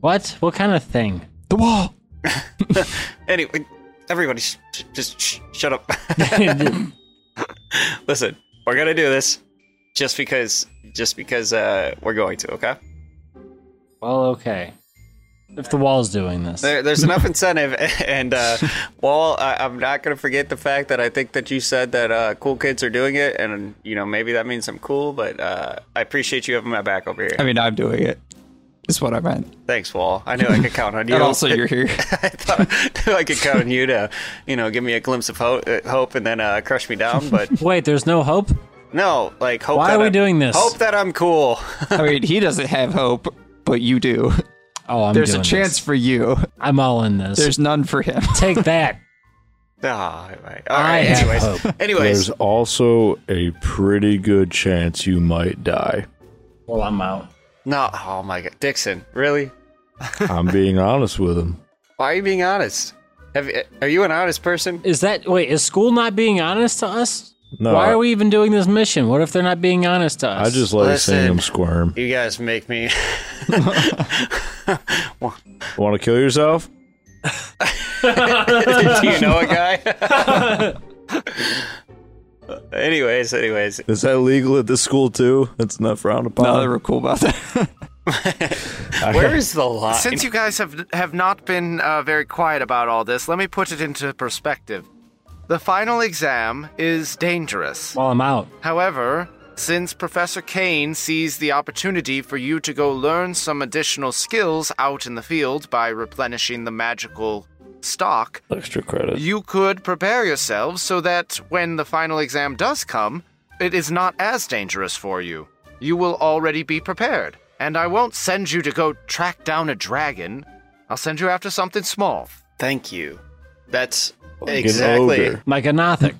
D: what? What kind of *laughs* thing?
B: The wall.
C: Anyway, everybody, sh- sh- just sh- shut up. *laughs* Listen, we're gonna do this just because, just because uh, we're going to. Okay.
D: well, okay. If the wall's doing this,
C: There,
B: *laughs*
C: there's enough incentive, *laughs* and uh, well, I, I'm not gonna forget the fact that I think that you said that uh, cool kids are doing it, and you know maybe that means I'm cool, but uh, I appreciate you having my back over here.
B: I mean, I'm doing it. Is what I meant.
C: Thanks, Wall. I knew I could
B: *laughs*
C: count on you.
B: And also, you're here.
C: *laughs* I thought *laughs* I could count on you to, you know, give me a glimpse of ho- uh, hope and then uh, crush me down.
B: *laughs*
C: But
D: wait, there's no hope.
C: no, like hope.
D: Why
C: that
D: are we
C: I'm-
D: doing this?
C: Hope that I'm cool. *laughs*
B: I mean, he doesn't have hope, but you do.
D: Oh, I'm
B: There's a
D: doing
B: chance
D: this.
B: for you.
D: I'm all in this.
B: There's none for him.
D: *laughs* Take that.
C: Ah, all right.
D: I have
C: anyways,
D: hope.
C: anyways,
F: There's also a pretty good chance you might die.
D: Well, I'm out.
C: no. Oh my God, Dixon, really?
F: I'm being honest with him.
C: Why are you being honest? Have, are you an honest person?
D: Is that wait? Is school not being honest to us?
F: No,
D: Why
F: I-
D: are we even doing this mission? What if they're not being honest to us?
F: I just like seeing
C: Listen.
F: him squirm.
C: You guys make me. *laughs*
F: Want to kill yourself? *laughs*
C: Do you know a guy? anyways, anyways.
F: Is that legal at this school too? That's not frowned upon.
B: No, they were cool about that.
C: Where is the line?
A: Since you guys have have not been uh, very quiet about all this, let me put it into perspective. The final exam is dangerous.
D: While I'm out.
A: However, since Professor Kane sees the opportunity for you to go learn some additional skills out in the field by replenishing the magical stock,
F: Extra credit.
A: you could prepare yourselves so that when the final exam does come, it is not as dangerous for you. You will already be prepared. And I won't send you to go track down a dragon. I'll send you after something small.
C: Thank you. That's
F: an
C: exactly
F: ogre.
D: Like a Nothic.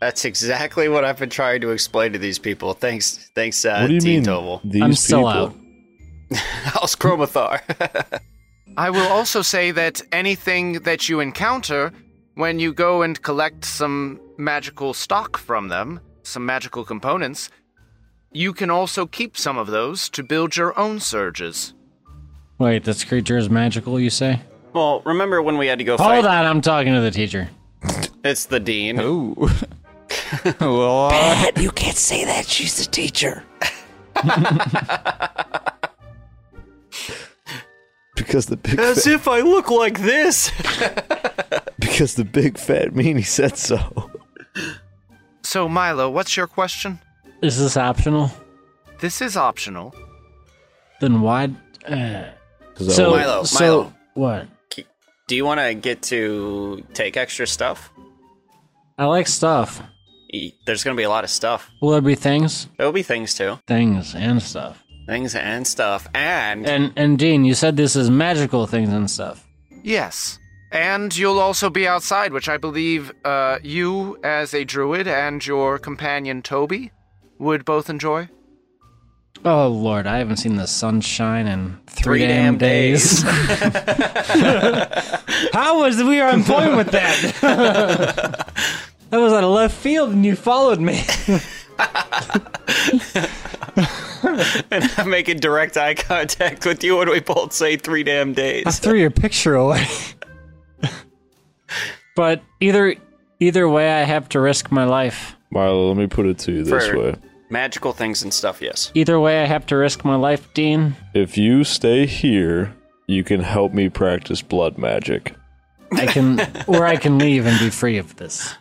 C: that's exactly what I've been trying to explain to these people. Thanks, thanks, uh,
F: What do you
C: Dean
F: mean?
C: Doble. *laughs*
F: These
D: I'm still
F: people.
D: out.
C: How's Chromathar?
A: I will also say that anything that you encounter when you go and collect some magical stock from them, some magical components, you can also keep some of those to build your own surges.
D: Wait, this creature is magical, you say?
C: *laughs* well, remember when we had to go fight?
D: Hold on, I'm talking to the teacher.
C: It's the
B: *laughs*
C: Dean.
B: Ooh. *laughs* well, uh,
E: You can't say that. She's the teacher.
F: Because the big
C: As
F: fat,
C: if
F: *laughs*
C: I look like this.
F: because the big fat meanie said so.
A: So, Milo, what's your question?
D: Is this optional?
A: This is optional.
D: Then why? Uh,
F: So,
D: so,
C: Milo,
D: so-
C: Milo.
D: What?
C: Do you want to get to take extra stuff?
D: I like stuff.
C: E- There's gonna be a lot of stuff.
D: Will there be things?
C: There'll be things too,
D: Things and stuff.
C: things and stuff, and
D: And and Dean, you said this is magical things and stuff.
A: Yes. And you'll also be outside, which I believe uh, you, as a druid, and your companion Toby would both enjoy.
D: Oh Lord, I haven't seen the sunshine in three,
C: Three damn
D: damn, days. *laughs* How was we are on point with that? *laughs* that was out of left field, and you followed me.
C: *laughs* I'm making direct eye contact with you when we both say three damn
D: I
C: days.
D: threw your picture away. *laughs* but either either way, I have to risk my life.
F: Milo, let me put it to you this
C: For-
F: way:
C: Magical things and stuff, yes.
D: Either way, I have to risk my life, Dean.
F: if you stay here, you can help me practice blood magic,
D: I *laughs* can, or I can leave and be free of this.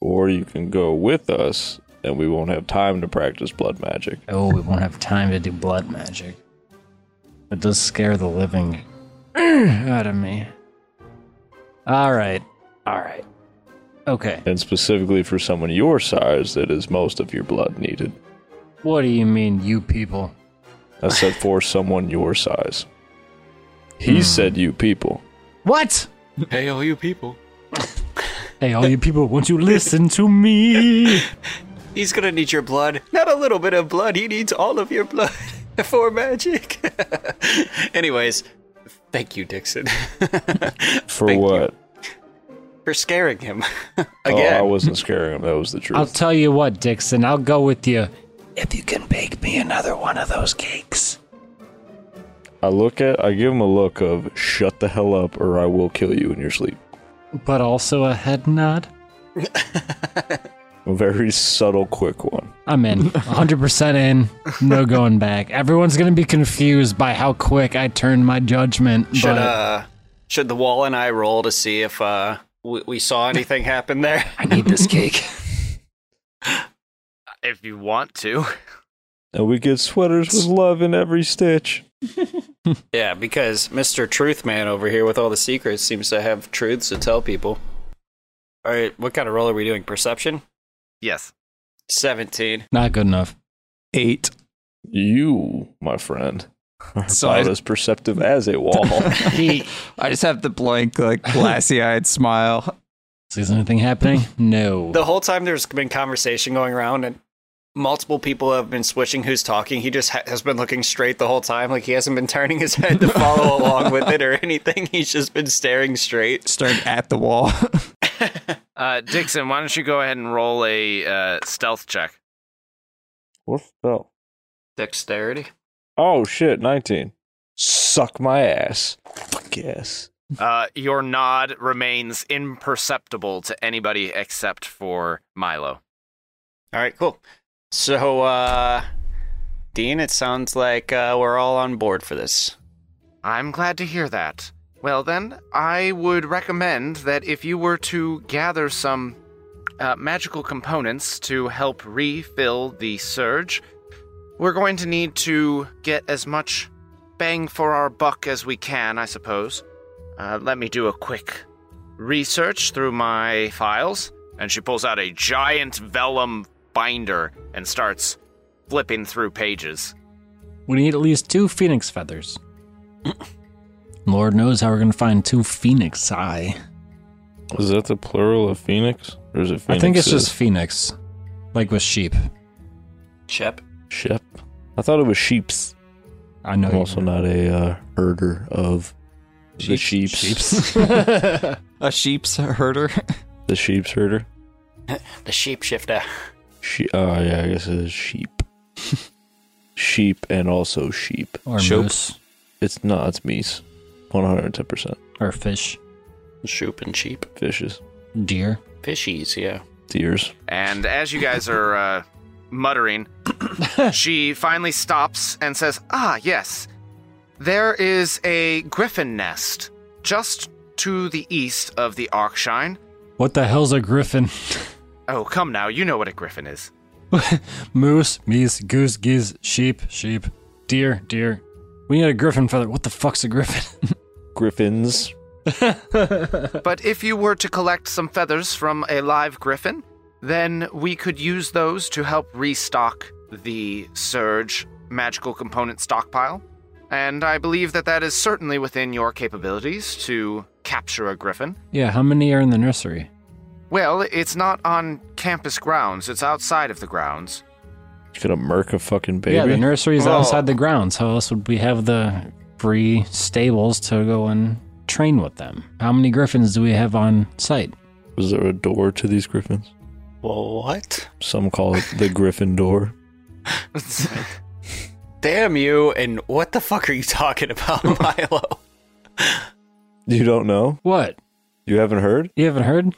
F: or you can go with us, and we won't have time to practice blood magic.
D: Oh, we won't have time to do blood magic. It does scare the living *clears throat* out of me. All right, all right, okay.
F: and specifically for someone your size that is most of your blood needed.
D: What do you mean, you people?
F: I said for someone your size. He said you people.
D: What?
C: Hey, all you people.
D: *laughs* Hey, all you people, won't you listen to me?
C: He's gonna need your blood. Not a little bit of blood, he needs all of your blood *laughs* for magic. *laughs* Anyways, thank you, Dixon, *laughs*
F: For
C: Thank you.
F: what?
C: for scaring him. *laughs*
F: Oh, I
C: Again.
F: wasn't scaring him. That was the truth.
D: I'll tell you what, Dixon. I'll go with you.
E: If you can bake me another one of those cakes.
F: I look at. I give him a look of shut the hell up, or I will kill you in your sleep.
D: But also a head nod.
F: A very subtle, quick one.
D: I'm in. 100% in. No going back. Everyone's going to be confused by how quick I turned my judgment.
C: should,
D: but
C: uh, should the wall and I roll to see if uh, we, we
F: *laughs*
C: saw anything happen there?
E: I need this *laughs* cake.
A: If you want to.
F: And we get sweaters with love in every stitch.
C: Yeah, because Mr. Truth Man over here with all the secrets seems to have truths to tell people. All right, what kind of roll are we doing? Perception?
A: *laughs* Yes.
C: 17.
D: not good enough.
B: eight.
F: You, my friend, are
B: So
F: about
B: I-
F: as perceptive as a wall.
D: He,
B: I just have the blank, *laughs* like glassy-eyed smile.
D: is anything happening? No.
C: The whole time there's been conversation going around and multiple people have been switching who's talking. He just ha- has been looking straight the whole time. Like he hasn't been turning his head to *laughs* follow along with it or anything. He's just been staring straight.
B: staring at the wall.
A: Uh, Dixon, why don't you go ahead and roll a uh, stealth *laughs* check?
F: what the?
C: Dexterity.
F: Oh shit, 19. Suck my ass. Fuck yes.
A: Uh, your nod remains imperceptible to anybody except for Milo.
C: All right, cool. So, uh, Dean, it sounds like uh, we're all on board for this.
A: I'm glad to hear that. Well, then, I would recommend that if you were to gather some uh, magical components to help refill the surge, we're going to need to get as much bang for our buck as we can, I suppose. Uh, let me do a quick research through my files. And she pulls out a giant vellum binder and starts flipping through pages.
D: We need at least two phoenix feathers. Lord knows how we're gonna find two phoenix eye.
G: Is that the plural of phoenix, or is it phoenixes?
D: I think it's just phoenix, like with sheep.
H: Shep.
G: shep. I thought it was sheeps.
D: I know.
G: I'm
D: you
G: also
D: know.
G: not a uh, herder of the sheeps.
B: *laughs*
G: *laughs*
B: A sheep's herder.
G: the sheeps herder.
C: The shapeshifter.
G: She- oh yeah, I guess it is *laughs* sheep. sheep and also sheep.
D: Or
B: Shope.
D: moose,
G: It's not. It's meese. One hundred ten percent
D: or fish,
C: Shoop and sheep.
G: fishes,
D: deer.
C: Fishies, yeah.
G: deers.
A: And as you guys are uh, muttering, she finally stops and says, Ah, yes, there is a griffin nest just to the east of the Arkshine.
D: What the hell's a griffin? *laughs*
A: Oh, come now, you know what a griffin is.
D: Moose, meese, goose, geese, sheep, sheep, deer, deer. We need a griffin feather. What the fuck's a griffin? *laughs*
G: Griffins.
A: But if you were to collect some feathers from a live griffin, then we could use those to help restock the Surge magical component stockpile. And I believe that that is certainly within your capabilities to capture a griffin.
D: yeah, how many are in the nursery?
A: Well, it's not on campus grounds, it's outside of the grounds.
G: Could a merc a fucking baby?
D: Yeah, the nursery's
A: Oh.
D: outside the grounds. How else would we have the free stables to go and train with them? How many griffins do we have on site?
G: Was there a door to these griffins?
C: What?
G: Some call it the Griffin door.
C: Damn you, and what the fuck are you talking about, *laughs* Milo?
G: You don't know?
D: What?
G: You haven't heard?
D: You haven't heard?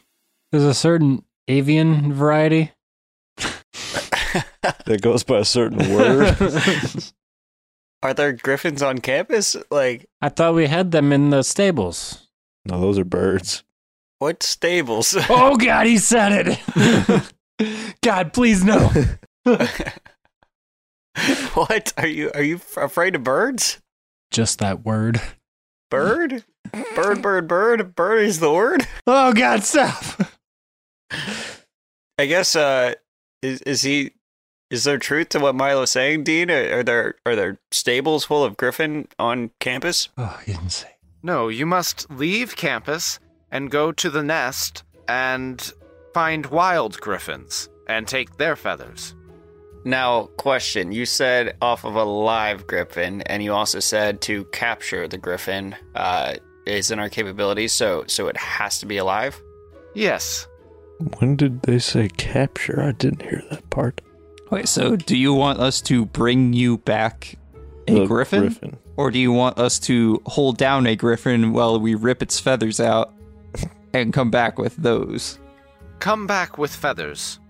D: There's a certain avian variety.
G: That goes by a certain word.
C: *laughs* are there griffins on campus? Like,
D: I thought we had them in the stables.
G: no, those are birds.
C: what
D: *laughs*
C: stables? *laughs*
D: Oh god, he said *laughs* it. god, please no.
C: what? Are you are you f- afraid of birds?
D: Just that word.
C: Bird? Bird, bird, bird. Bird is the word?
D: *laughs* Oh god, stop.
C: *laughs* I guess uh is is he is there truth to what Milo's saying, Dean? Are, are there are there stables full of griffin on campus?
D: *laughs* Oh, he didn't say.
A: No, you must leave campus and go to the nest and find wild griffins and take their feathers.
C: Now, question. You said off of a live griffin, and you also said to capture the griffin uh, is in our capability, so so it has to be alive.
A: Yes,
G: When did they say capture? I didn't hear that part.
B: *laughs* Wait, so do you want us to bring you back a
G: The
B: griffin?
G: griffin.
B: Or do you want us to hold down a griffin while we rip its feathers out and come back with those?
A: come back with feathers.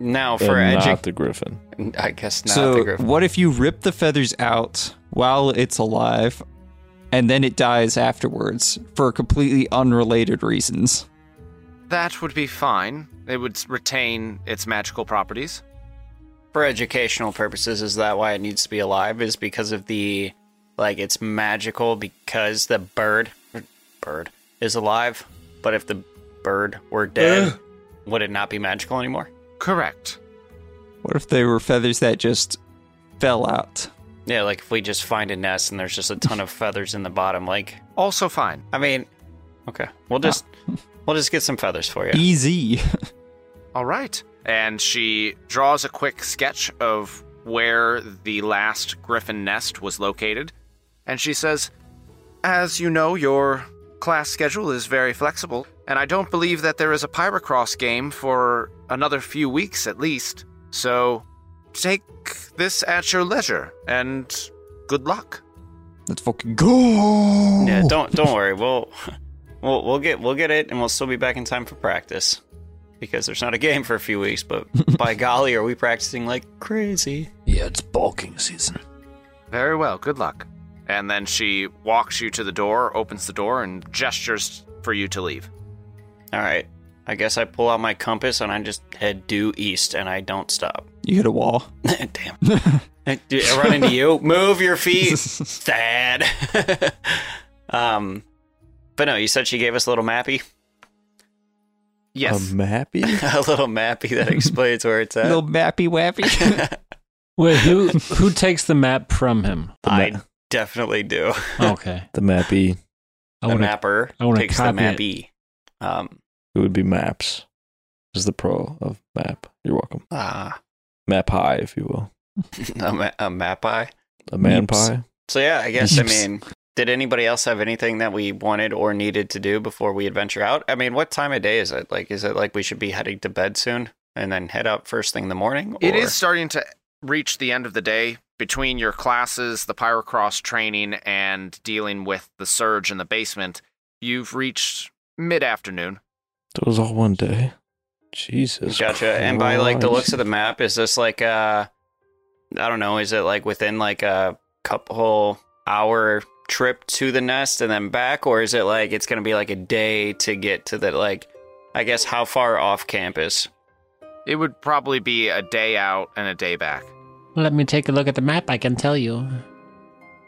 C: Now Oh, for
G: and
C: edu-
G: not the griffin.
C: I guess not the
B: so,
C: griffin.
B: what if you rip the feathers out while it's alive and then it dies afterwards for completely unrelated reasons?
A: That would be fine. It would retain its magical properties.
C: for educational purposes is that why it needs to be alive is because of the like it's magical because the bird bird is alive but if the bird were dead would it not be magical anymore
A: Correct.
B: What if they were feathers that just fell out?
C: yeah like if we just find a nest and there's just a ton of feathers in the bottom like
A: Also fine.
C: i mean okay we'll *laughs* just we'll just get some feathers for you
B: Easy. *laughs*
A: All right. And she draws a quick sketch of where the last griffin nest was located. And she says, As you know, your class schedule is very flexible, and I don't believe that there is a Pyrocross game for another few weeks at least. So take this at your leisure, and good luck.
B: Let's fucking go.
C: yeah *laughs* don't don't worry we'll we'll we'll get we'll get it and we'll still be back in time for practice because there's not a game for a few weeks, *laughs* but by golly, are we practicing like crazy?
E: Yeah, it's bulking season.
A: Very well. Good luck. And then she walks you to the door, opens the door, and gestures for you to leave.
C: All right. I guess I pull out my compass and I just head due east and I don't stop. *laughs*
B: You hit a wall.
C: Damn. *laughs* Dude, I run into *laughs* you. Move your feet, *laughs* Thad. *laughs* um, but no, you said she gave us a little mappy, *laughs*
A: Yes.
F: Um,
G: I'm happy.
C: a little mappy *laughs* that explains where it's
B: *laughs*
C: at.
B: Little mappy wappy.
D: Wait, *laughs* who who takes the map from *laughs* him?
C: I definitely do.
D: Okay,
G: The mappy.
C: the
D: I want to.
C: mapper
D: I wanna
C: takes the
D: copy
C: mappy. Um,
G: It would be maps. Is the pro of map. You're welcome.
C: ah,
G: Map pie, if you will.
C: *laughs* a, ma- a map eye.
G: A man
B: Meeps.
G: pie.
C: So yeah, I guess I
B: Yeeps.
C: mean, did anybody else have anything that we wanted or needed to do before we adventure out? I mean, what time of day is it? Like, is it like we should be heading to bed soon and then head out first thing in the morning?
A: It
C: or-
A: is starting to reach the end of the day between your classes, the pyrocross training, and dealing with the surge in the basement. You've reached mid afternoon.
G: It was all one day. Jesus.
C: Gotcha. And by like the
G: Christ.
C: looks of the map, is this like uh, I don't know, is it like within like a couple hour trip to the nest and then back, or is it like it's gonna be like a day to get to the like, I guess how far off campus?
A: It would probably be a day out and a day back.
D: Let me take a look at the map. I can tell you.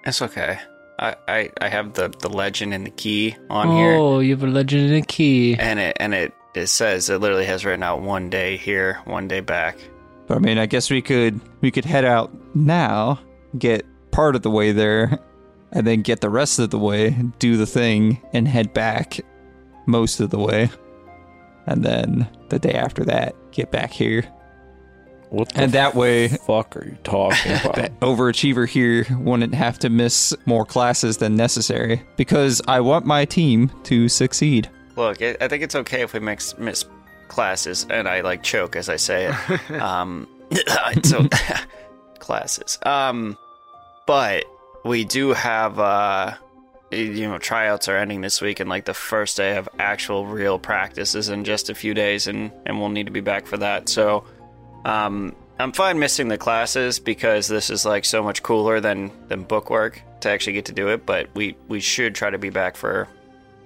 C: That's okay. I, I, I have the, the legend and the key on here,
D: oh, you have a legend and a key.
C: and it and it it says it literally has written out one day here, one day back.
B: But I mean, I guess we could we could head out now, get part of the way there, *laughs* and then get the rest of the way, do the thing, and head back most of the way, and then the day after that, get back here,
G: What the
B: and that way,
G: fuck are you
C: *laughs*
G: talking about?
B: overachiever here wouldn't have to miss more classes than necessary because I want my team to succeed.
C: Look, it, I think it's okay if we mix miss classes, and I like choke as I say it. um, *laughs* so classes. Um, but we do have uh, you know, tryouts are ending this week, and like the first day of actual real practice is in just a few days, and and we'll need to be back for that. So, um, I'm fine missing the classes because this is like so much cooler than than book work to actually get to do it. But we we should try to be back for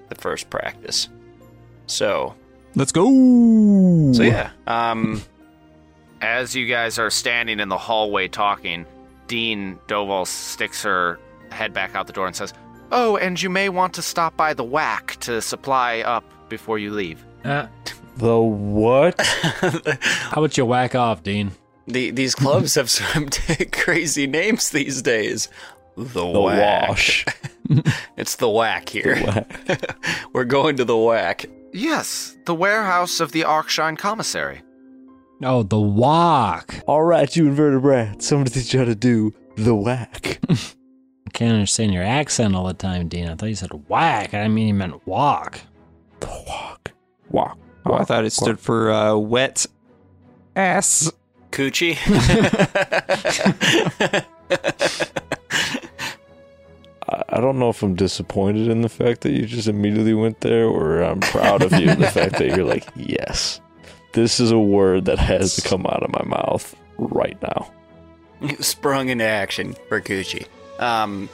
C: the first practice. So,
B: Let's go.
C: so yeah. Um,
A: As you guys are standing in the hallway talking, Dean Doval sticks her head back out the door and says, Oh, and you may want to stop by the whack to supply up before you leave.
D: Uh,
G: *laughs* the what?
D: how about you whack off, Dean?
C: the, these clubs have *laughs* some crazy names these days. The,
G: The
C: whack.
G: wash.
C: It's the whack here.
G: whack.
C: *laughs* We're going to the whack.
A: Yes, the warehouse of the Arkshine Commissary.
D: Oh, the walk.
G: All right, you invertebrate. Somebody teach you how to do the *laughs* whack.
D: I can't understand your accent all the time, Dean. I thought you said whack. I didn't mean you meant walk.
G: the walk. Walk.
B: Oh, I thought it stood for uh, wet ass.
C: Coochie. *laughs*
G: I, I don't know if I'm disappointed in the fact that you just immediately went there, or I'm proud of you in the fact that you're like, *laughs* yes, this is a word that has to come out of my mouth right now.
C: *laughs* Sprung into action for Coochie. Um,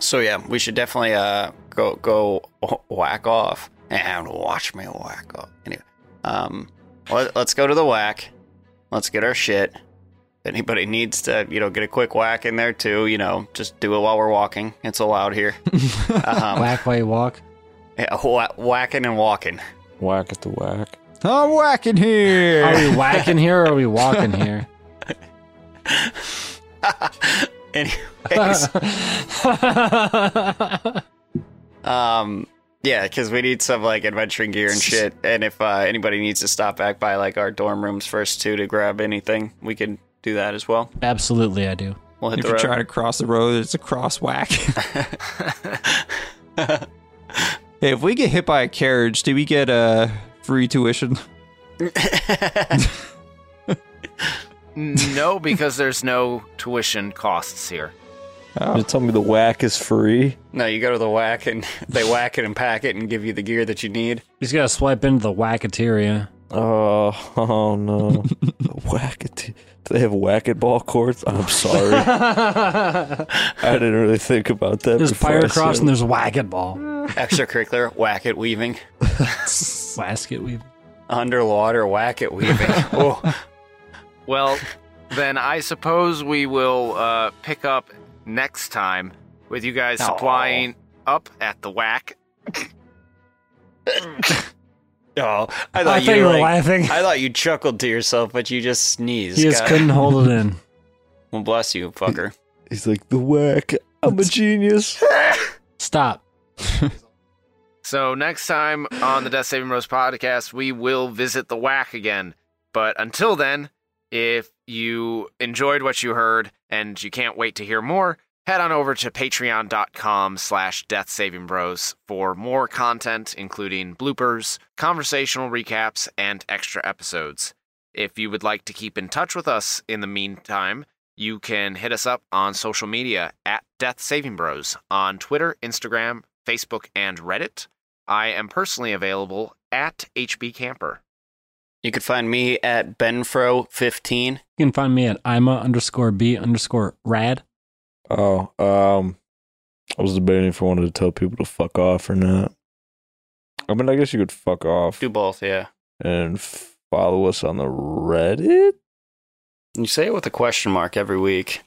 C: so yeah, we should definitely uh go go *laughs* whack off and watch me whack off. Anyway, um, let, us go to the whack. Let's get our shit. If anybody needs to, you know, get a quick whack in there too. You know, just do it while we're walking. It's allowed here. um,
D: Whack while you walk.
C: yeah, wha- whacking and walking. *laughs*
G: Whack at the whack.
B: I'm whacking here.
D: Are we whacking here or are we walking here?
C: Anyways, Um, yeah, because we need some like adventuring gear and
D: *laughs*
C: shit. And if uh, anybody needs to stop back by like our dorm rooms first too to grab anything, we can do that as well.
D: Absolutely, I do.
C: We'll hit
B: If
C: the
B: you're
C: road.
B: trying to cross the road, it's a cross
C: *laughs*
B: whack. hey, if we get hit by a carriage, do we get uh, free tuition? *laughs*
A: No, because there's no tuition costs here.
G: You tell me the whack is free.
C: no, you go to the *laughs* whack and they whack it and pack it and give you the gear that you need.
D: You just gotta swipe into the whackateria.
G: Uh, *laughs*
F: Oh, oh no. Whack it. Do they have whack it ball courts? I'm
G: *laughs*
F: sorry. I didn't really think about that.
D: There's
F: before I
D: Pyrocross
F: said-
D: and there's Wagon Ball.
C: Extracurricular, *laughs* whack it weaving.
D: Basket weave.
C: Underwater, whack it weaving.
D: *laughs*
C: *laughs* oh,
A: Well, then I suppose we will uh, pick up next time with you guys supplying up at the whack.
C: no. I thought,
D: I
C: you,
D: thought you were
C: like-
D: laughing.
C: I thought you chuckled to yourself, but you just sneezed.
D: He
C: *laughs*
D: just
C: God-
D: couldn't hold it in.
C: Well, bless you, fucker.
F: He's like, the whack. I'm a
D: *laughs*
F: genius.
D: Stop.
A: So next time on the Death Saving Rose podcast, we will visit the whack again. But until then, if you enjoyed what you heard and you can't wait to hear more, head on over to patreon.com slash death saving bros for more content, including bloopers, conversational recaps, and extra episodes. If you would like to keep in touch with us in the meantime, you can hit us up on social media at Death Saving Bros on Twitter, Instagram, Facebook, and Reddit. I am personally available at HB Camper.
C: You could find me at Benfro15.
D: You can find me at Ima underscore B underscore rad.
F: oh, um, I was debating if I wanted to tell people to fuck off or not. I mean, I guess you could fuck off
C: Do both, yeah.
F: and follow us on the Reddit.
C: You say it with a question mark every week.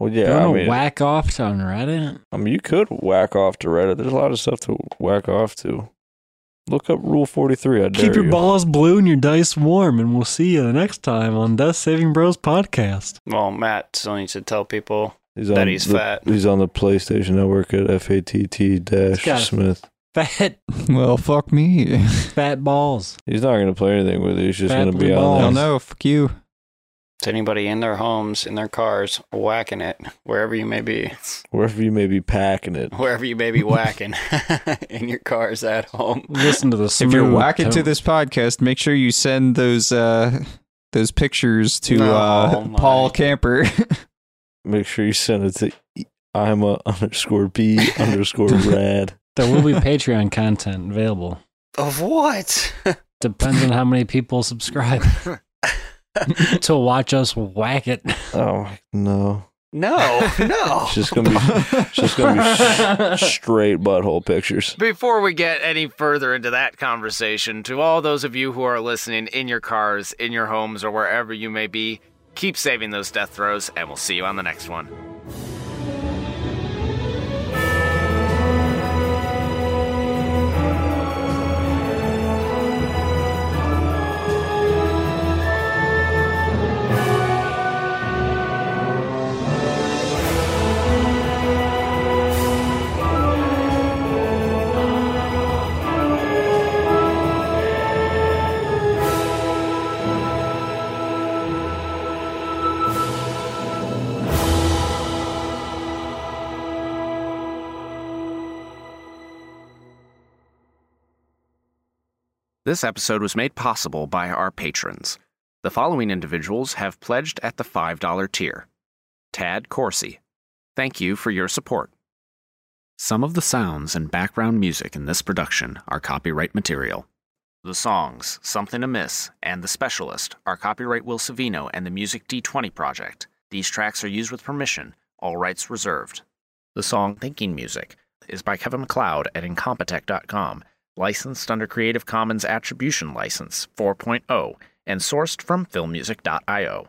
F: Well,
D: you
F: yeah,
D: want
F: I
D: to
F: mean,
D: whack off to on Reddit?
F: I mean, you could whack off to Reddit. There's a lot of stuff to whack off to. Look up Rule 43. I dare
D: Keep your
F: you.
D: balls blue and your dice warm, and we'll see you next time on Death Saving Bros podcast.
C: Well, Matt still needs to tell people
F: He's
C: that he's
F: the,
C: fat.
F: He's on the PlayStation Network at FATT
D: got
F: dash
D: it.
F: Smith.
D: Fat,
B: Well, fuck me.
D: fat balls.
F: He's not going to play anything with you. He's just
D: Fat
F: going to be
D: blue
B: I
D: balls.
F: on
B: don't
F: there.
B: know. Fuck you.
C: to anybody in their homes, in their cars, whacking it, wherever you may be, *laughs*
F: Wherever you may be packing it.
C: wherever you may be whacking, *laughs* in your cars at home.
D: Listen to the
B: if
D: smooth
B: you're whacking to
D: tone.
B: this podcast, make sure you send those uh those pictures to
C: Oh,
B: uh,
C: my.
B: Paul Camper.
F: Make sure you send it to Ima underscore B underscore rad.
D: there will be Patreon content available.
C: Of what?
D: Depends on how many people subscribe *laughs* to watch us whack it.
F: Oh, my- no.
C: no, no.
F: It's just going to be it's just going to be s- straight butthole pictures.
A: Before we get any further into that conversation, to all those of you who are listening in your cars, in your homes, or wherever you may be, keep saving those death throws, and we'll see you on the next one. This episode was made possible by our patrons. The following individuals have pledged at the $5 tier Tad Corsi. Thank you for your support. Some of the sounds and background music in this production are copyright material. The songs Something Amiss and The Specialist are copyright Will Savino and the Music D20 Project. These tracks are used with permission, all rights reserved. The song Thinking Music is by Kevin McLeod at Incompetech.com, licensed under oh Creative Commons Attribution License 4.0, and sourced from filmmusic.io.